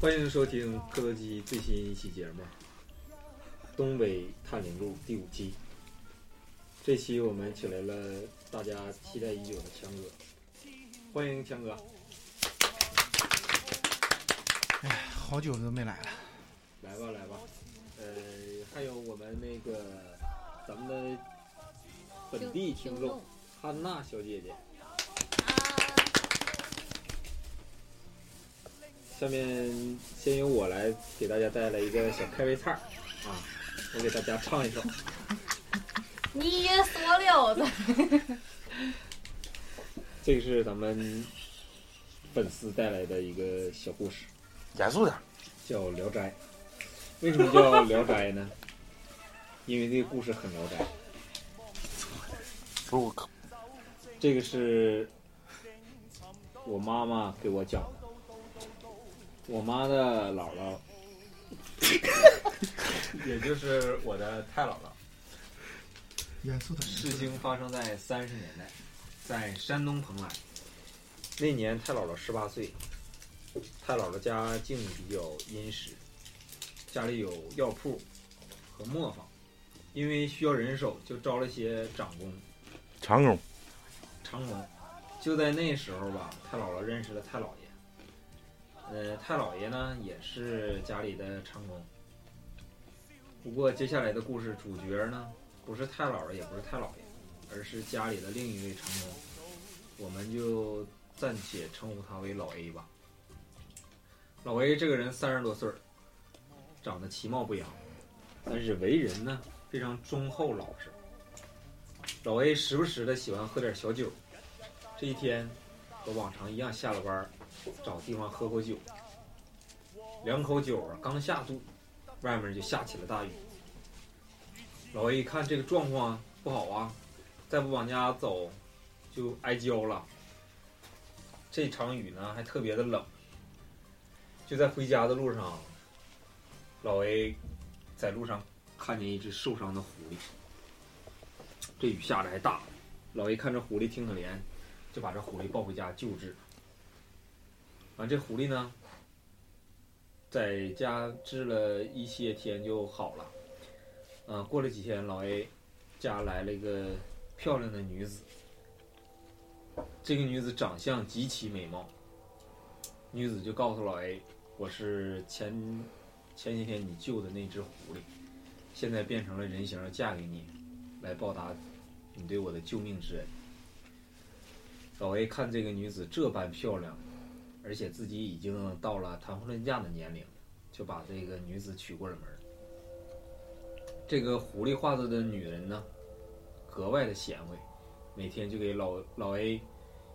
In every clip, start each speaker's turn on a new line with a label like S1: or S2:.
S1: 欢迎收听克罗基最新一期节目《东北探灵录》第五期。这期我们请来了大家期待已久的强哥，欢迎强哥！
S2: 哎，好久都没来了。
S1: 来吧，来吧。呃，还有我们那个咱们的本地听众汉娜小姐姐。下面先由我来给大家带来一个小开胃菜儿啊，我给大家唱一首。
S3: 你也锁了的，
S1: 这个是咱们粉丝带来的一个小故事，
S4: 严肃点。
S1: 叫《聊斋》。为什么叫《聊斋》呢？因为这个故事很《聊斋》。
S4: 不是我可
S1: 这个是我妈妈给我讲的。我妈的姥姥，也就是我的太姥姥，
S2: 严肃的
S1: 事情发生在三十年代，在山东蓬莱。那年太姥姥十八岁，太姥姥家境比较殷实，家里有药铺和磨坊，因为需要人手，就招了些长工。
S4: 长工，
S1: 长工。就在那时候吧，太姥姥认识了太姥爷。呃，太姥爷呢也是家里的长工。不过接下来的故事主角呢，不是太姥爷，也不是太姥爷，而是家里的另一位长工，我们就暂且称呼他为老 A 吧。老 A 这个人三十多岁儿，长得其貌不扬，但是为人呢非常忠厚老实。老 A 时不时的喜欢喝点小酒。这一天和往常一样，下了班儿找地方喝口酒。两口酒啊，刚下肚，外面就下起了大雨。老 A 一看这个状况啊不好啊，再不往家走就挨浇了。这场雨呢还特别的冷。就在回家的路上，老 A 在路上看见一只受伤的狐狸。这雨下的还大，老 A 看这狐狸挺可怜，就把这狐狸抱回家救治。完、这狐狸呢，在家治了一些天就好了。呃，过了几天，老 A 家来了一个漂亮的女子。这个女子长相极其美貌，女子就告诉老 A：“ 我是前前些天你救的那只狐狸，现在变成了人形，嫁给你，来报答你对我的救命之恩。”老 A 看这个女子这般漂亮，而且自己已经到了谈婚论嫁的年龄，就把这个女子娶过了门儿。这个狐狸化作的女人呢，格外的贤惠，每天就给老老 A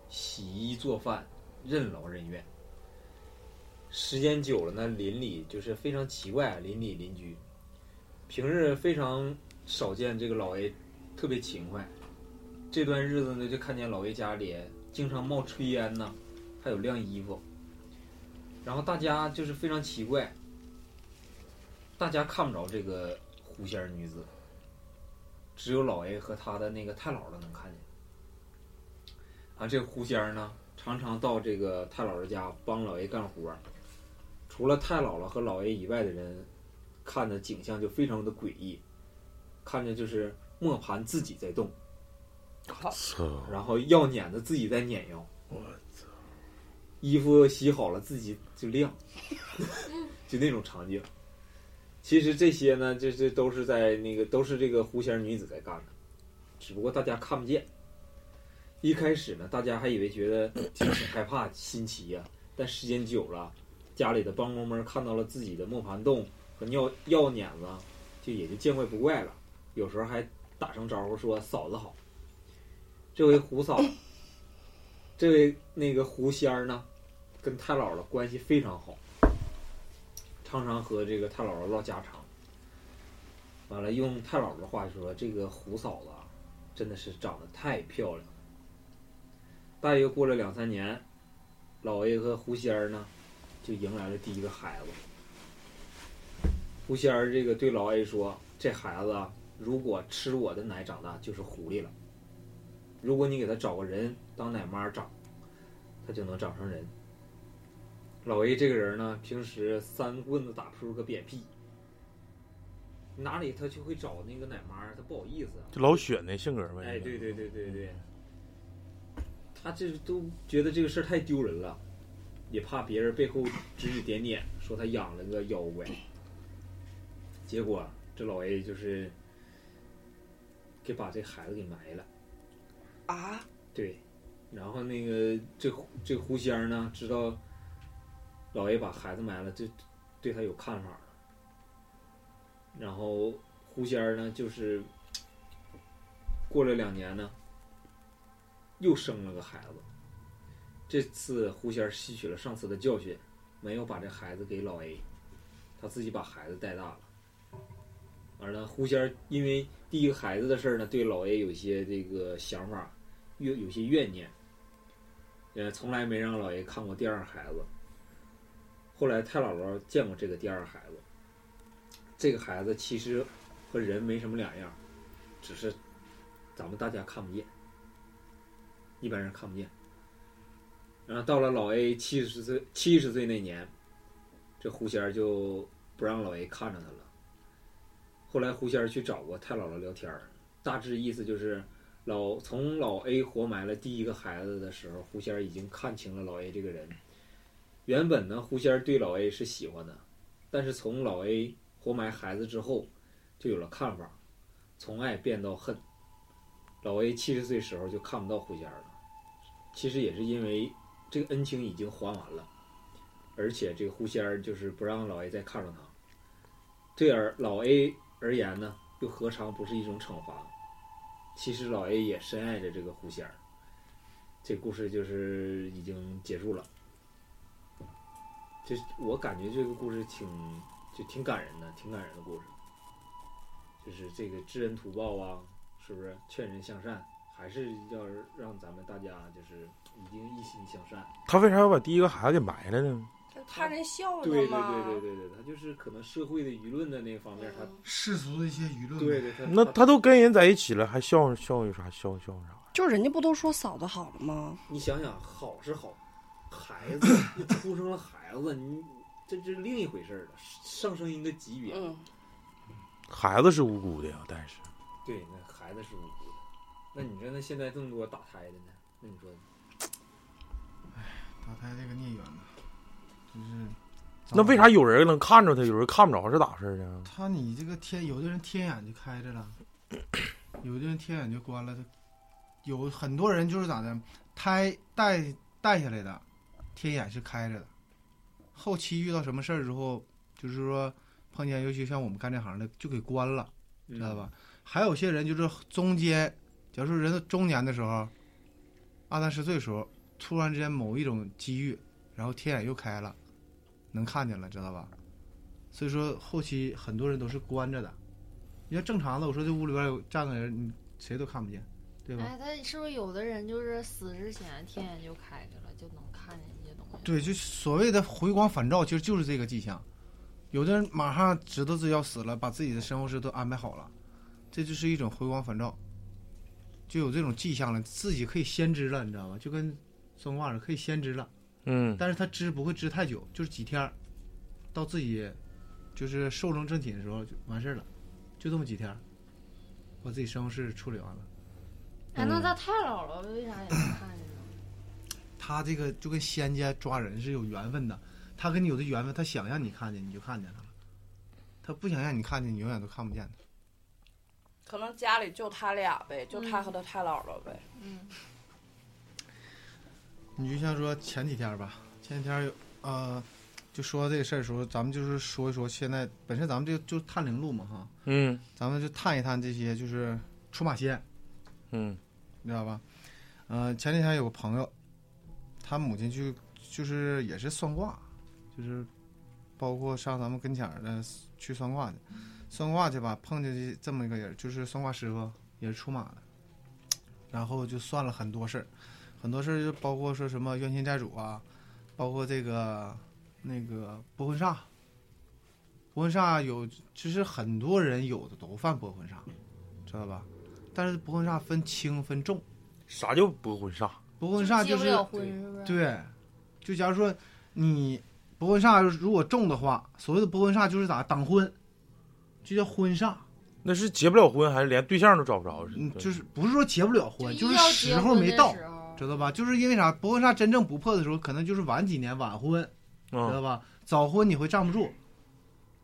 S1: 洗衣做饭，任劳任怨。时间久了呢，邻里就是非常奇怪，啊邻里邻居，平日非常少见这个老 A 特别勤快，这段日子呢，就看见老魏家里经常冒炊烟呐，还有晾衣服。然后大家就是非常奇怪，大家看不着这个狐仙儿女子，只有老 A 和他的那个太姥姥能看见。啊，这个狐仙儿呢，常常到这个太姥姥家帮老 A 干活儿，除了太姥姥和老 A 以外的人，看的景象就非常的诡异，看着就是磨盘自己在动。
S4: 操！
S1: 然后药碾子自己再碾药。我操！衣服洗好了自己就晾， 就那种场景。其实这些呢，这这都是在那个都是这个狐仙女子在干的，只不过大家看不见。一开始呢，大家还以为觉得挺挺害怕、新奇呀、但时间久了，家里的帮工们看到了自己的磨盘洞和尿药碾子，就也就见怪不怪了。有时候还打声招呼说“嫂子好”。这位胡嫂，这位那个狐仙儿呢，跟太姥姥关系非常好，常常和这个太姥姥唠家常。完了，用太姥姥的话说，这个胡嫂子啊，真的是长得太漂亮了。大约过了两三年，老爷和狐仙儿呢，就迎来了第一个孩子。狐仙儿这个对老 A 说：“这孩子啊，如果吃我的奶长大，就是狐狸了。”如果你给他找个人当奶妈长，他就能长成人。老 A 这个人呢，平时三棍子打扑克扁屁，哪里他就会找那个奶妈儿，他不好意思啊。
S4: 就老雪那性格呗。
S1: 哎，对对对对对，他这都觉得这个事儿太丢人了，也怕别人背后指指点点，说他养了个妖怪。结果这老 A 就是给把这孩子给埋了。
S5: 啊，
S1: 对，然后那个这狐这狐仙儿呢，知道老爷把孩子埋了，就对他有看法了。然后狐仙儿呢，就是过了两年呢，又生了个孩子。这次狐仙儿吸取了上次的教训，没有把这孩子给老 A，他自己把孩子带大了。完了，狐仙儿因为第一个孩子的事儿呢，对老 A 有一些这个想法，有有些怨念，呃，从来没让老爷看过第二孩子。后来太姥姥见过这个第二孩子，这个孩子其实和人没什么两样，只是咱们大家看不见，一般人看不见。然后到了老 A 七十岁七十岁那年，这狐仙儿就不让老 A 看着他了。后来狐仙儿去找过太姥姥聊天儿，大致意思就是。老从老 A 活埋了第一个孩子的时候，狐仙儿已经看清了老 A 这个人。原本呢，狐仙儿对老 A 是喜欢的，但是从老 A 活埋孩子之后，就有了看法，从爱变到恨。老 A 七十岁时候就看不到狐仙儿了，其实也是因为这个恩情已经还完了，而且这个狐仙儿就是不让老 A 再看上他。对而老 A 而言呢，又何尝不是一种惩罚？其实老 A 也深爱着这个狐仙儿。这故事就是已经结束了。这我感觉这个故事挺就挺感人的，挺感人的故事。就是这个知恩图报啊，是不是劝人向善，还是要让咱们大家就是一定一心向善。
S4: 他为啥要把第一个孩子给埋了呢？
S5: 就怕人笑
S1: 对对对
S5: 着
S1: 对
S5: 嘛。
S1: 对对，他就是可能社会的舆论的那方面，
S5: 嗯
S1: 他
S6: 世俗的一些舆论，
S1: 对，对他
S4: 那他都跟人在一起了，还笑笑有啥笑笑啥呀？
S5: 就人家不都说嫂子好了吗？
S1: 你想想，好是好，孩子你出生了孩子，你这这是另一回事儿了，上升一个级别。
S5: 嗯，
S4: 孩子是无辜的呀，但是
S1: 对，那孩子是无辜的。那你说，那现在这么多打胎的呢？那你说，
S6: 打胎啊这个孽缘呐，真是。嗯
S4: 那为啥？有人能看着他，有人看不着是咋回事呢？
S6: 他你这个天，有的人天眼就开着了，有的人天眼就关了。他有很多人就是咋的，胎带带下来的，天眼是开着的。后期遇到什么事儿之后，就是说碰见，尤其像我们干这行的，就给关了。
S1: 知
S6: 知道？吧？还有些人就是中间，假如说人到中年的时候，二三十岁的时候，突然之间某一种机遇，然后天眼又开了，能看见了，知道吧？所以说后期很多人都是关着的。你要正常的，我说这屋里边有站个人，你谁都看不见，对吧？
S3: 哎，他是不是有的人就是死之前天眼就开开了，就能看见一些东西？
S6: 对，就所谓的回光返照，其实就是这个迹象。有的人马上知道自己要死了，把自己的身后事都安排好了，这就是一种回光返照，就有这种迹象了，自己可以先知了，你知道吧？就跟生化似的，可以先知了，
S4: 嗯，
S6: 但是他知不会知太久，就是几天儿，到自己就是寿终正寝的时候就完事儿了，就这么几天儿，把自己身后事处理完了。
S3: 哎，那他太姥姥为啥也能看 见呢？
S6: 他这个就跟仙家抓人是有缘分的，他跟你有的缘分，他想让你看见你就看见他了，他不想让你看见，你永远都看不见他。
S5: 可能家里就他俩呗，就他
S3: 嗯
S5: 和他太姥姥呗。
S3: 嗯，
S6: 你就像说前几天吧，前几天有呃，就说这个事儿的时候，咱们就是说一说现在本身咱们这就探灵路嘛哈，
S4: 嗯
S6: 咱们就探一探这些就是出马仙，
S4: 嗯
S6: 你知道吧？呃，前几天有个朋友，他母亲去就是也是算卦，就是包括上咱们跟前儿的去算卦去，算卦去吧，碰见这这么一个人，就是算卦师傅，也是出马的，然后就算了很多事儿，很多事儿就包括说什么冤亲债主啊，包括这个那个剥婚煞。剥婚煞有，其实很多人有的都犯剥婚煞，知道吧？但是剥婚煞分轻分重，
S4: 啥叫不婚煞？
S6: 不婚煞
S3: 结
S6: 就
S3: 不
S6: 是
S3: 了婚是不是？
S6: 对，就假如说你不婚煞如果中的话，所谓的不婚煞就是咋挡婚，就叫婚煞。
S4: 那是结不了婚，还是连对象都找不着？
S6: 嗯，
S4: 对
S6: 就是不是说结不了婚，
S3: 就是要结
S6: 时候
S3: 婚
S6: 没
S3: 的
S6: 到，
S3: 时候
S6: 知道吧？就是因为啥？不婚煞真正不破的时候，可能就是晚几年晚婚，知道
S4: 嗯，
S6: 吧？早婚你会站不住，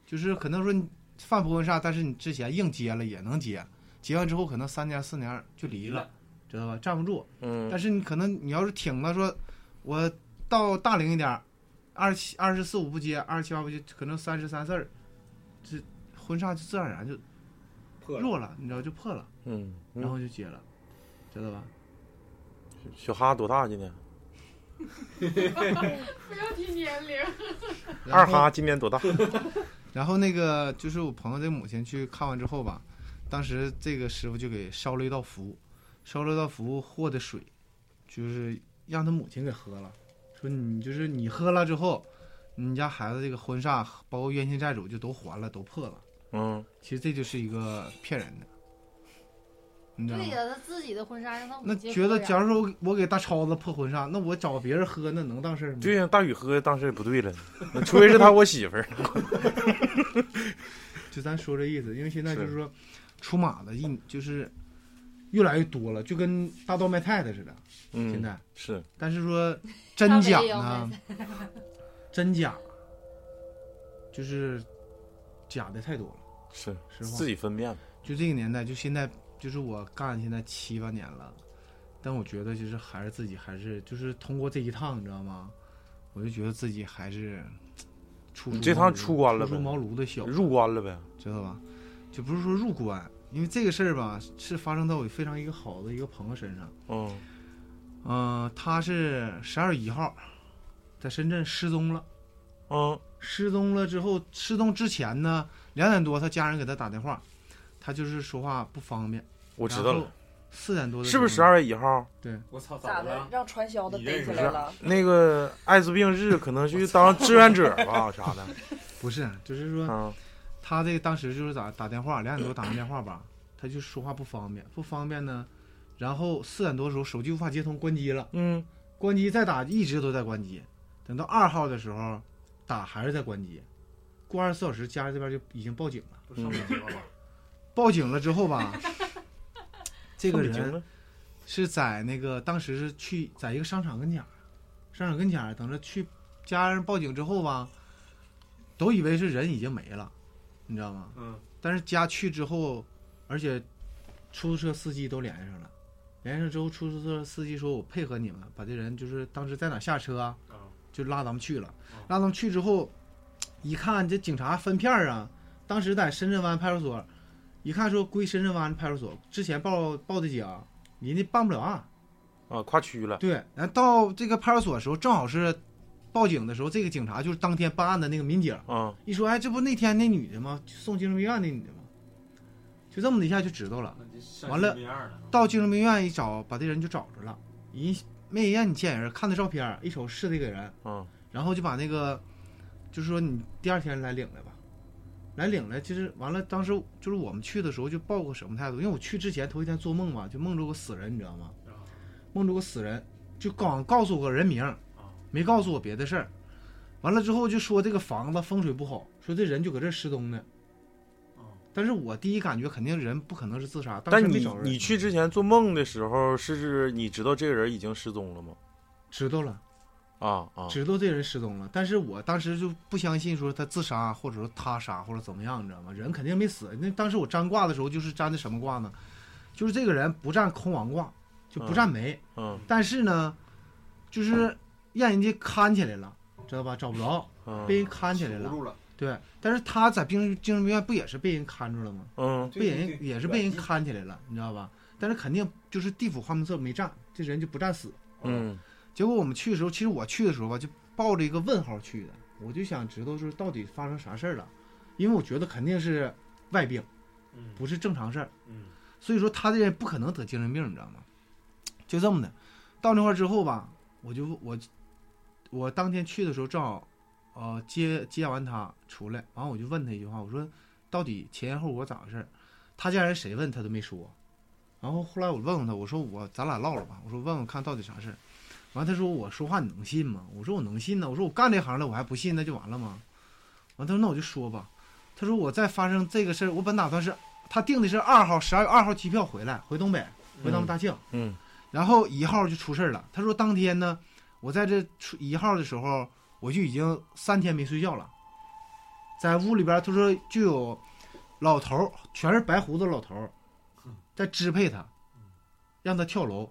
S6: 就是可能说你犯不婚煞，但是你之前硬结了也能结，结完之后可能三年四年就离了，知道吧？站不住。但
S4: 嗯，
S6: 是你可能你要是挺了，说我到大龄一点儿，二七二十四五不接，二十七八不接，可能三十三四儿，这婚煞就自然而然就
S1: 破了。
S6: 弱了，你知道就破了，
S4: 嗯，
S6: 然
S4: 嗯，
S6: 后就结了，知道吧？
S4: 小哈多大今年？
S3: 不要提年龄，
S4: 二
S6: 然后
S4: 哈今年多大？
S6: 然后那个就是我朋友的母亲去看完之后吧，当时这个师傅就给烧了一道符，烧了一道符和的水，就是让他母亲给喝了，说你就是你喝了之后，你家孩子这个婚煞包括冤亲债主就都还了，都破了。
S4: 嗯，
S6: 其实这就是一个骗人的，你知道
S3: 对
S6: 吗？
S3: 呀，他自己的婚纱让他母
S6: 那
S3: 亲
S6: 觉得，
S3: 喝呀
S6: 假如说我我给大超子破婚纱，那我找别人喝，那能当事儿吗？
S4: 对呀，大宇喝当时也不对了，那除非是他我媳妇儿。
S6: 就咱说这意思，因为现在
S4: 是
S6: 就是说，出马的一就是越来越多了，就跟大道卖菜的似的。
S4: 嗯，
S6: 现在，
S4: 是
S6: 但是 说真假
S3: 他们也有卖
S6: 呢，真假就是假的太多了。
S4: 是
S6: 实话
S4: 自己分辨吧。
S6: 就这个年代，就现在，就是我干现在七八年了，但我觉得就是还是自己还是就是通过这一趟，你知道吗？我就觉得自己还是初出
S4: 你这趟
S6: 茅庐
S4: 出关了
S6: 初出
S4: 呗
S6: 茅庐的小
S4: 入关了呗。
S6: 知道吧？就不是说入关，因为这个事儿吧，是发生到我非常一个好的一个朋友身上。
S4: 嗯
S6: 嗯、他是十二月一号在深圳失踪了。
S4: 嗯
S6: 失踪了之后，失踪之前呢，两点多他家人给他打电话，他就是说话不方便。
S4: 我知道了，。
S6: 四点多的
S4: 是不是十
S6: 时候？
S4: 二月一号？
S1: 我操，
S5: 咋
S1: 的
S5: 的
S1: 了？？
S5: 让传销的
S1: 你
S5: 逮
S1: 认
S5: 起
S1: 识
S5: 来
S1: 啊
S5: 了？
S4: 那个艾滋病日可能去当志愿者 吧，啥的。
S6: 不是，就是说
S4: 嗯
S6: 他这个当时就是咋打电话，两点多打完电话吧，他就说话不方便，不方便呢。然后四点多的时候手机无法接通，关机了。
S4: 嗯
S6: 关机再打，一直都在关机。等到二号的时候，打还是在关机。过二十四小时，家里这边就已经报警了。
S1: 不是上北京了吗？
S6: 报警了之后吧，这个
S4: 上北京
S6: 人
S4: 了
S6: 是在那个当时是去在一个商场跟前儿，商场跟前儿等着去家人报警之后吧，都以为是人已经没了，你知道吗？
S1: 嗯，
S6: 但是家去之后，而且出租车司机都联系上了，联系上之后，出租车司机说：“我配合你们，把这人就是当时在哪下车啊
S1: 啊，
S6: 就拉咱们去了。
S1: 啊
S6: 拉咱们去之后，一看这警察分片儿啊，当时在深圳湾派出所，一看说归深圳湾派出所，之前报报的警，人家办不了案。
S4: 啊，跨区了。
S6: 对，然后到这个派出所的时候，正好是报警的时候，这个警察就是当天办案的那个民警。”
S4: 嗯
S6: 一说，哎，这不那天那女的吗？送精神病院那女的吗？就这么的一下就知道了。
S1: 那就像
S6: 完了
S1: 这样了。
S6: 到精神病院一找，把这人就找着了。人没让你见人，看他照片儿，一瞅是这个人，
S4: 嗯
S6: 然后就把那个，就是说你第二天来领来吧，来领来。其实完了，当时就是我们去的时候就抱个什么态度？因为我去之前头一天做梦嘛，就梦着个死人，你知道吗？
S1: 啊
S6: 梦着个死人，就光告诉我个人名儿，没告诉我别的事儿。完了之后就说这个房子风水不好，说这人就搁这儿失踪呢。但是我第一感觉肯定人不可能是自杀，当
S4: 但
S6: 时没
S4: 你
S6: 找人
S4: 你去之前做梦的时候，是指你知道这个人已经失踪了吗？
S6: 知道了，
S4: 啊啊，
S6: 知道这人失踪了，但是我当时就不相信说他自杀或者说他杀或者怎么样，你知道吗？人肯定没死。那当时我占卦的时候就是占的什么卦呢？就是这个人不占空亡卦，就不占霉，
S4: 嗯
S6: 但是呢，就是让人家看起来了，知道吧？找不着，被
S4: 嗯
S6: 人看起来
S1: 扶
S6: 了。
S1: 住了，
S6: 对，但是他在病精神病院不也是被人看住了吗？
S4: 嗯，
S1: 对
S6: 被
S1: 对
S6: 人
S1: 对
S6: 也是被人
S1: 对
S6: 看起来了，你知道吧？但是肯定就是地府花名册没占，这人就不占死。
S4: 嗯
S6: 结果我们去的时候，其实我去的时候吧，就抱着一个问号去的，我就想知道说到底发生啥事儿了，因为我觉得肯定是外病，
S1: 嗯
S6: 不是正常事儿。
S1: 嗯，
S6: 所以说他这人不可能得精神病，你知道吗？就这么的，到那块儿之后吧，我就我我当天去的时候正好，呃接接完他出来，完我就问他一句话，我说到底前因后果咋回事儿？他家人谁问他都没说。然后后来我问问他，我说我咱俩唠唠吧，我说问问看到底啥事儿。完，他说我说话你能信吗？我说我能信呢。我说我干这行了，我还不信，那就完了吗？完，他说那我就说吧。他说我再发生这个事儿，我本打算是他订的是二号十二月二号机票回来，回东北，回咱们大庆。
S4: 嗯，
S6: 然后一号就出事儿了。他说当天呢，我在这出一号的时候，我就已经三天没睡觉了，在屋里边，他说就有老头儿，全是白胡子老头儿在支配他，让他跳楼。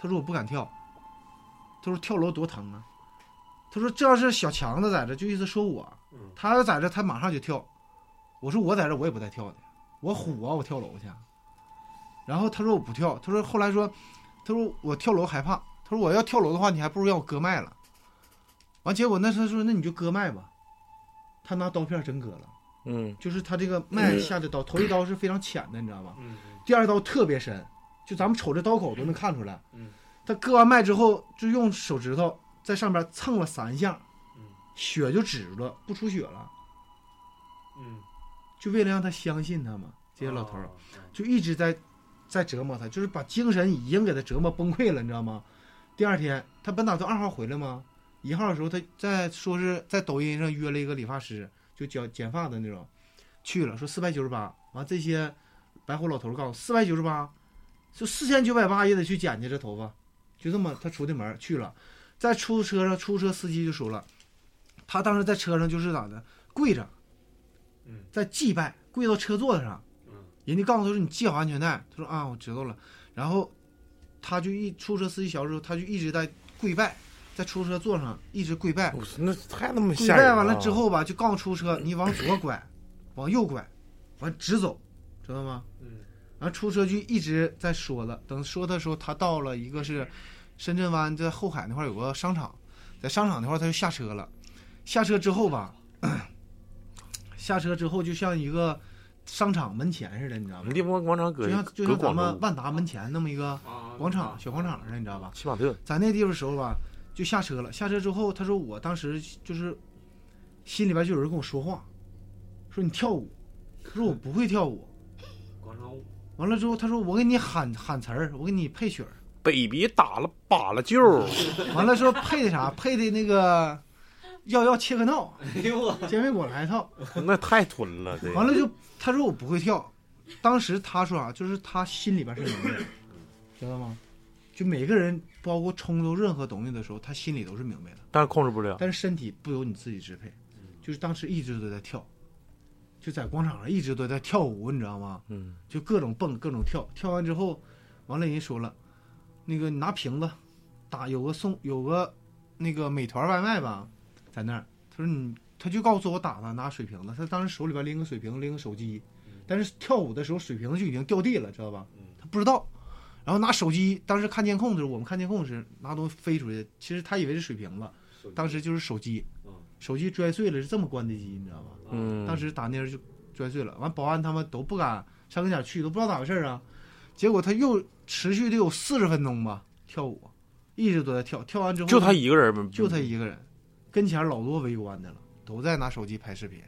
S6: 他说我不敢跳，他说跳楼多疼啊。他说这要是小强子在这，就意思说我
S1: 嗯，
S6: 他要在这，他马上就跳。我说我在这，我也不带跳的，我虎啊，我跳楼去。然后他说我不跳，他说后来说，他说我跳楼害怕，他说我要跳楼的话，你还不如让我割脉了。完，结果那他说那你就割脉吧，他拿刀片真割了，
S4: 嗯，
S6: 就是他这个脉下的刀，头一刀是非常浅的，你知道吧？
S1: 嗯
S6: 第二刀特别深，就咱们瞅这刀口都能看出来。
S1: 嗯，
S6: 他割完脉之后，就用手指头在上边蹭了三下
S1: 嗯，
S6: 血就止住了，不出血了，
S1: 嗯，
S6: 就为了让他相信他嘛。这些老头儿
S1: 啊，
S6: 就一直在在折磨他，就是把精神已经给他折磨崩溃了，你知道吗？第二天，他本打算二号回来吗？一号的时候，他在说是在抖音上约了一个理发师，就剪剪发的那种，去了说四百九十八，完这些白胡老头儿告诉四百九十八，就四千九百八也得去剪去这头发，就这么他出的门儿去了，在出租车上，出租车司机就说了，他当时在车上就是咋的跪着
S1: 嗯，
S6: 在祭拜，跪到车座子上，
S1: 嗯
S6: 人家告诉他说你系好安全带，他说啊我知道了，然后他就一出租车司机小时候他就一直在跪拜，在出租车座上一直跪拜，
S4: 哎我说那太他妈
S6: 跪
S4: 吓人啊
S6: 拜
S4: 了。
S6: 啊完了之，后吧，就告诉出租车你往左拐，往右拐，完直走，知道吗？
S1: 嗯
S6: 然后出租车就一直在说了，等说的时候他到了一个是深圳湾，在后海那块儿有个商场，在商场那块儿他就下车了，下车之后吧， 下车之后就像一个商场门前似的，你知道
S4: 我
S6: 吗
S4: 们？地方广场搁
S6: 就像就
S4: 搁
S6: 像咱
S4: 啊广
S6: 们
S4: 州
S6: 万达门前那么一个
S1: 啊
S6: 广场、小广场似的，你知道吧？
S4: 西马特，
S6: 在那地方时候吧，就下车了。下车之后，他说我当时就是心里边就有人跟我说话，说你跳舞，他说我不会跳舞。
S1: 广场舞，
S6: 完了之后，他说我给你喊喊词儿，我给你配曲儿。
S4: baby 打了把了舅，
S6: 完了之后配的啥？配的那个 要要切克闹，
S1: 哎呦我，
S6: 煎饼果子来一套。
S4: 那太吞了，这
S6: 完了就他说我不会跳，当时他说啊，就是他心里边是明白的，知道吗？就每个人包括冲突任何东西的时候，他心里都是明白的。
S4: 但是控制不了。
S6: 但是身体不由你自己支配，就是当时一直都在跳，就在广场上一直都在跳舞，你知道吗？
S4: 嗯，
S6: 就各种蹦，各种跳，跳完之后，完了人家说了，那个你拿瓶子打有个送有个那个美团外卖吧，在那儿，他说你他就告诉我打他拿水瓶子，他当时手里边拎个水瓶拎个手机，但是跳舞的时候水瓶子就已经掉地了，知道吧
S1: 嗯？
S6: 他不知道。然后拿手机，当时看监控的时候，我们看监控时拿东西飞出去，其实他以为是水瓶子，
S1: 手机
S6: 当时就是手机
S1: 嗯，
S6: 手机摔碎了是这么关的机，你知道吗？
S1: 啊
S4: 嗯，
S6: 呃当时打那人就摔碎了，完保安他们都不敢上跟前去，都不知道咋回事啊。结果他又持续的有四十分钟吧跳舞，一直都在跳，跳完之后
S4: 就他一个人，嗯
S6: 就他一个人，跟前老多围观的了，都在拿手机拍视频。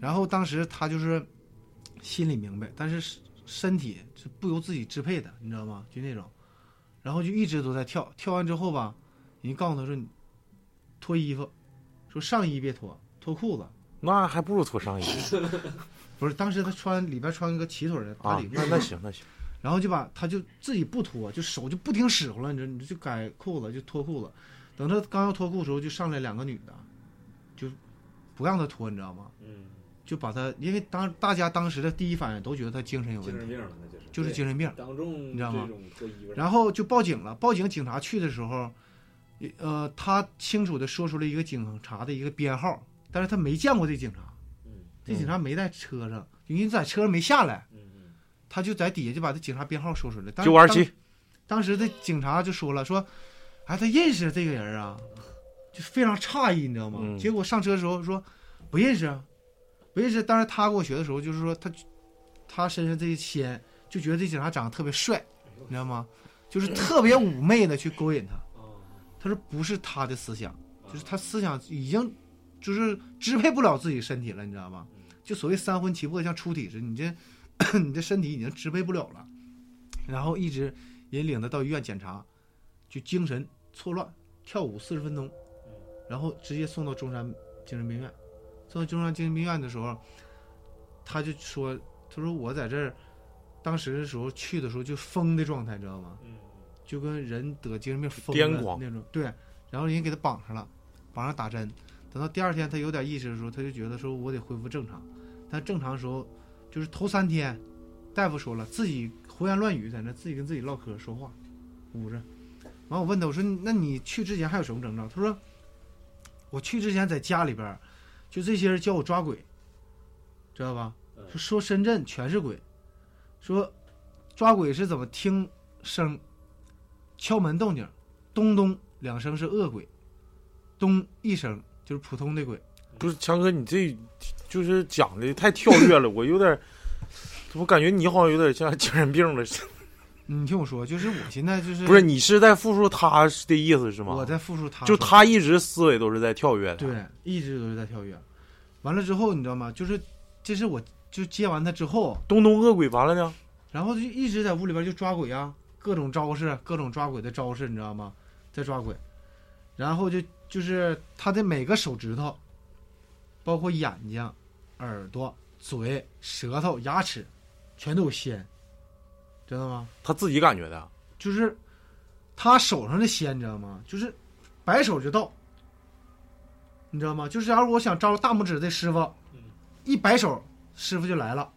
S6: 然后当时他就是心里明白，但是身身体是不由自己支配的，你知道吗？就那种，然后就一直都在跳，跳完之后吧，人家告诉他说你脱衣服，说上衣别脱，脱裤子。
S4: 那还不如脱上衣
S6: 不是，当时他穿里边穿个齐腿的打
S4: 啊
S6: 底裤，
S4: 那那行那行，
S6: 然后就把他就自己不脱，就手就不听使唤了，你知道，你就改裤子就脱裤子。等他刚要脱裤的时候，就上来两个女的，就不让他脱，你知道吗？
S1: 嗯，
S6: 就把他，因为当大家当时的第一反应都觉得他精神有
S1: 精
S6: 问
S1: 神
S6: 题，
S1: 病了，那就是
S6: 就是精神病
S1: 对。当众
S6: 你知道吗
S1: 这种脱衣服，
S6: 然后就报警了。报警，警察去的时候，呃，他清楚的说出了一个警察的一个编号，但是他没见过这警察，
S1: 嗯
S6: 这警察没在车上，因为在车上没下来。
S1: 嗯嗯
S6: 他就在底下就把这警察编号说出来，当
S4: 九五二七，
S6: 当时的警察就说了，说，哎，他认识这个人啊，就非常诧异，你知道吗？
S4: 嗯
S6: 结果上车的时候说不认识啊，不认识。当时他跟我学的时候，就是说他他身上这些仙，就觉得这警察长得特别帅，你知道吗？就是特别妩媚的去勾引他。
S1: 啊，
S6: 他说不是他的思想，
S1: 嗯
S6: 就是他思想已经就是支配不了自己身体了，你知道吗？就所谓三魂七魄像出体似的，你这 你这身体已经支配不了了。然后一直引领他到医院检查，就精神错乱跳舞四十分钟，然后直接送到中山精神病院。送到中山精神病院的时候，他就说：“他说我在这儿，当时的时候去的时候就疯的状态，你知道吗？
S1: 嗯，
S6: 就跟人得精神病疯
S4: 癫
S6: 了
S4: 狂
S6: 那种，对。然后人家给他绑上了，绑上打针。等到第二天他有点意识的时候，他就觉得说我得恢复正常。但正常的时候，就是头三天，大夫说了自己胡言乱语，在那自己跟自己唠嗑说话，捂着。完我问他，我说那你去之前还有什么征兆？他说我去之前在家里边儿，就这些人教我抓鬼，知道吧？
S1: 嗯
S6: 说说深圳全是鬼，说抓鬼是怎么听声儿敲门动静儿，咚咚两声是恶鬼，咚一声就是普通的鬼。
S4: 不是强哥，你这就是讲的太跳跃了，我有点，我感觉你好像有点像精神病了似的。
S6: 你听我说，就是我现在就是
S4: 不是，你是在复述他的意思是吗？
S6: 我在复述他
S4: 就
S6: 说的，
S4: 他一直思维都是在跳跃的。，
S6: 对，一直都是在跳跃。完了之后，你知道吗？就是这是我就接完他之后，
S4: 东东恶鬼完了呢？
S6: 然后就一直在屋里边就抓鬼啊，各种招式，各种抓鬼的招式，你知道吗？在抓鬼，然后就就是他的每个手指头，包括眼睛、耳朵、嘴、舌头、牙齿，全都有鲜，知道吗？
S4: 他自己感觉的。
S6: 就是他手上的鲜，你知道吗？就是摆手就到，你知道吗？就是假如我想招大拇指的师傅
S1: 嗯，
S6: 一摆手，师傅就来了。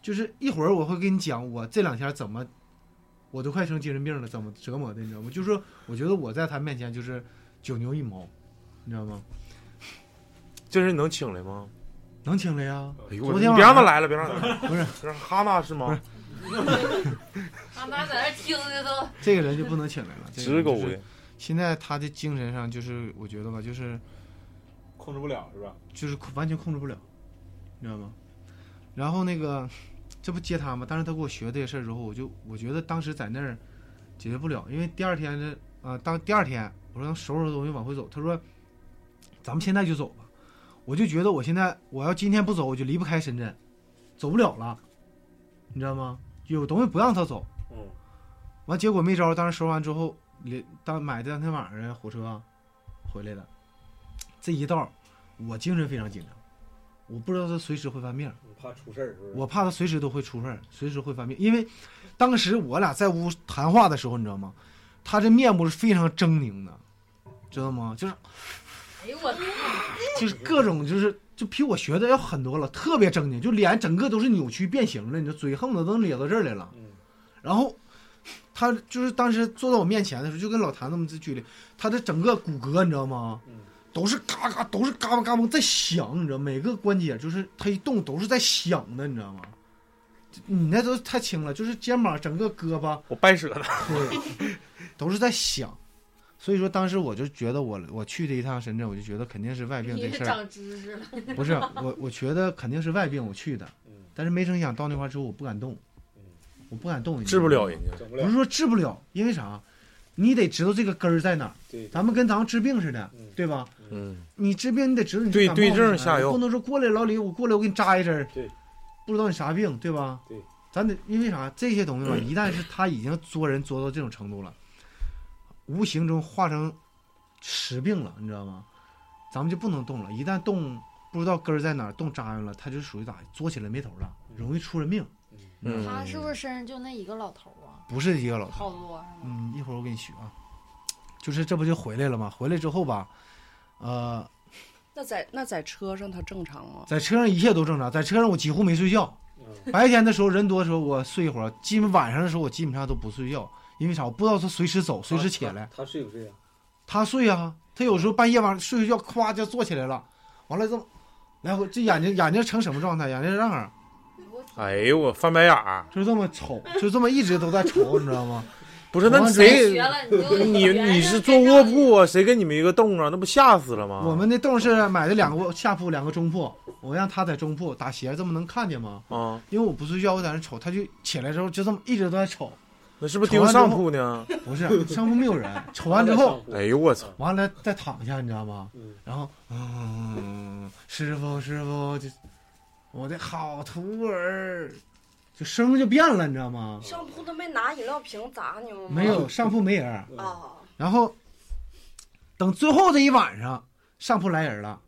S6: 就是一会儿我会跟你讲，我这两天怎么，我都快成精神病了，怎么折磨的，你知道吗？就是说，我觉得我在他面前就是九牛一毛，你知道吗？
S4: 这人能请来吗？
S6: 能听了呀？
S4: 哎呦，我
S6: 昨
S4: 你
S6: 天晚上
S4: 别让他来了，别让他来了。
S6: 不是，
S4: 不是哈娜是吗？
S3: 他妈在那听的都，
S6: 这个人就不能请来了，这个
S4: 直
S6: 人就
S4: 狗
S6: 是
S4: 的。
S6: 现在他的精神上就是，我觉得吧，就是
S1: 控制不了是吧？
S6: 就是控完全控制不了，你知道吗？然后那个，这不接他吗？但是他给我学这些事儿之后，我就我觉得当时在那儿解决不了，因为第二天呢，啊、当第二天我说收拾东西往回走，他说咱们现在就走吧。我就觉得我现在我要今天不走，我就离不开深圳，走不了了，你知道吗？有东西不让他走，
S1: 嗯，
S6: 完结果没招儿，当时收拾完之后，连当买的当天晚上火车啊回来的，这一道儿我精神非常紧张，我不知道他随时会翻面儿，
S1: 你怕出事儿是不是？
S6: 我怕他随时都会出事儿，随时会翻面，因为当时我俩在屋谈话的时候，你知道吗？他这面部是非常狰狞的，知道吗？就是
S3: 哎呦我
S6: 就是各种就是就比我学的要狠多了，特别狰狞，就脸整个都是扭曲变形的，你知道，嘴恨不得都咧到这儿来了。
S1: 嗯
S6: 然后他就是当时坐到我面前的时候，就跟老谭那么这距离，他的整个骨骼你知道吗
S1: 嗯？
S6: 都是嘎嘎，都是嘎巴嘎巴在响，你知道，每个关节就是他一动都是在响的，你知道吗？你那都太轻了，就是肩膀、整个胳膊、
S4: 我掰折了。
S6: 对， 都是在想。所以说，当时我就觉得我我去这一趟深圳，我就觉得肯定是外病
S3: 你
S6: 这
S3: 是
S6: 事儿，
S3: 长知识了，
S6: 不是我我觉得肯定是外病我去的，
S1: 嗯，
S6: 但是没成想到那块儿之后我不敢动
S1: 嗯，
S6: 我不敢动，你知
S4: 治不
S6: 道
S4: 了
S6: 吗
S4: 人家。
S1: 整不
S6: 不
S1: 了
S6: 是。说治不了，因为啥？你得知道这个根儿在哪儿。
S1: 对，
S6: 咱们跟咱们治病似的
S1: 嗯，
S6: 对吧？
S4: 嗯，
S6: 你治病你得知道你是
S4: 对
S6: 感冒
S4: 对
S6: 是
S4: 症
S6: 啥
S4: 下
S6: 你
S4: 药
S6: 不能说过来老李，我过来我给你扎一针儿
S1: 对，
S6: 不知道你啥病，对吧？
S1: 对，
S6: 咱得因为啥这些东西吧，
S4: 嗯
S6: 一旦是他已经作人作到这种程度了，无形中化成实病了，你知道吗？咱们就不能动了，一旦动不知道根儿在哪儿，动扎上了，他就属于咋作起来没头了，容易出人命。
S4: 嗯
S3: 他是不是身上就那一个老头啊？
S6: 不是一个老头。
S3: 好多啊是吗？
S6: 嗯，一会儿我给你学啊。就是这不就回来了吗？回来之后吧，呃，
S5: 那在那在车上他正常吗？
S6: 在车上一切都正常，在车上我几乎没 睡觉。
S1: 嗯
S6: 白天的时候人多的时候我睡一会儿，基本晚上的时候我基本上都不睡觉，因为啥？我不知道他随时走，随时起来。
S1: 他睡不睡啊？
S6: 他睡啊，他有时候半夜晚上睡睡觉，咵就坐起来了，完了这么来回这眼睛眼睛成什么状态？眼睛这样，
S4: 哎呦我翻白眼儿，
S6: 就这么瞅，就这么一直都在瞅，你知道 吗？
S4: 不是那
S6: 我
S4: 谁
S3: 学了 你就
S4: 你你是做卧铺啊？谁给你们一个洞啊？那不吓死了吗？
S6: 我们那洞是买的两个下铺，两个中铺，我让他在中铺打斜，这么能看见吗？
S4: 啊，
S6: 因为我不睡觉，我在那瞅，他就起来之后就这么一直都在瞅，
S4: 那是不是盯上铺呢？
S6: 不是上铺没有人，瞅完之后，
S4: 哎呦我操！
S6: 完了再躺下，你知道吗？
S1: 嗯
S6: 然后嗯，师傅师傅，就我的好徒儿，就声就变了，你知道吗？
S5: 上铺他没拿饮料瓶砸你们吗？
S6: 没有上铺没人，
S1: 嗯
S5: 啊，
S6: 然后等最后这一晚上上铺来人了，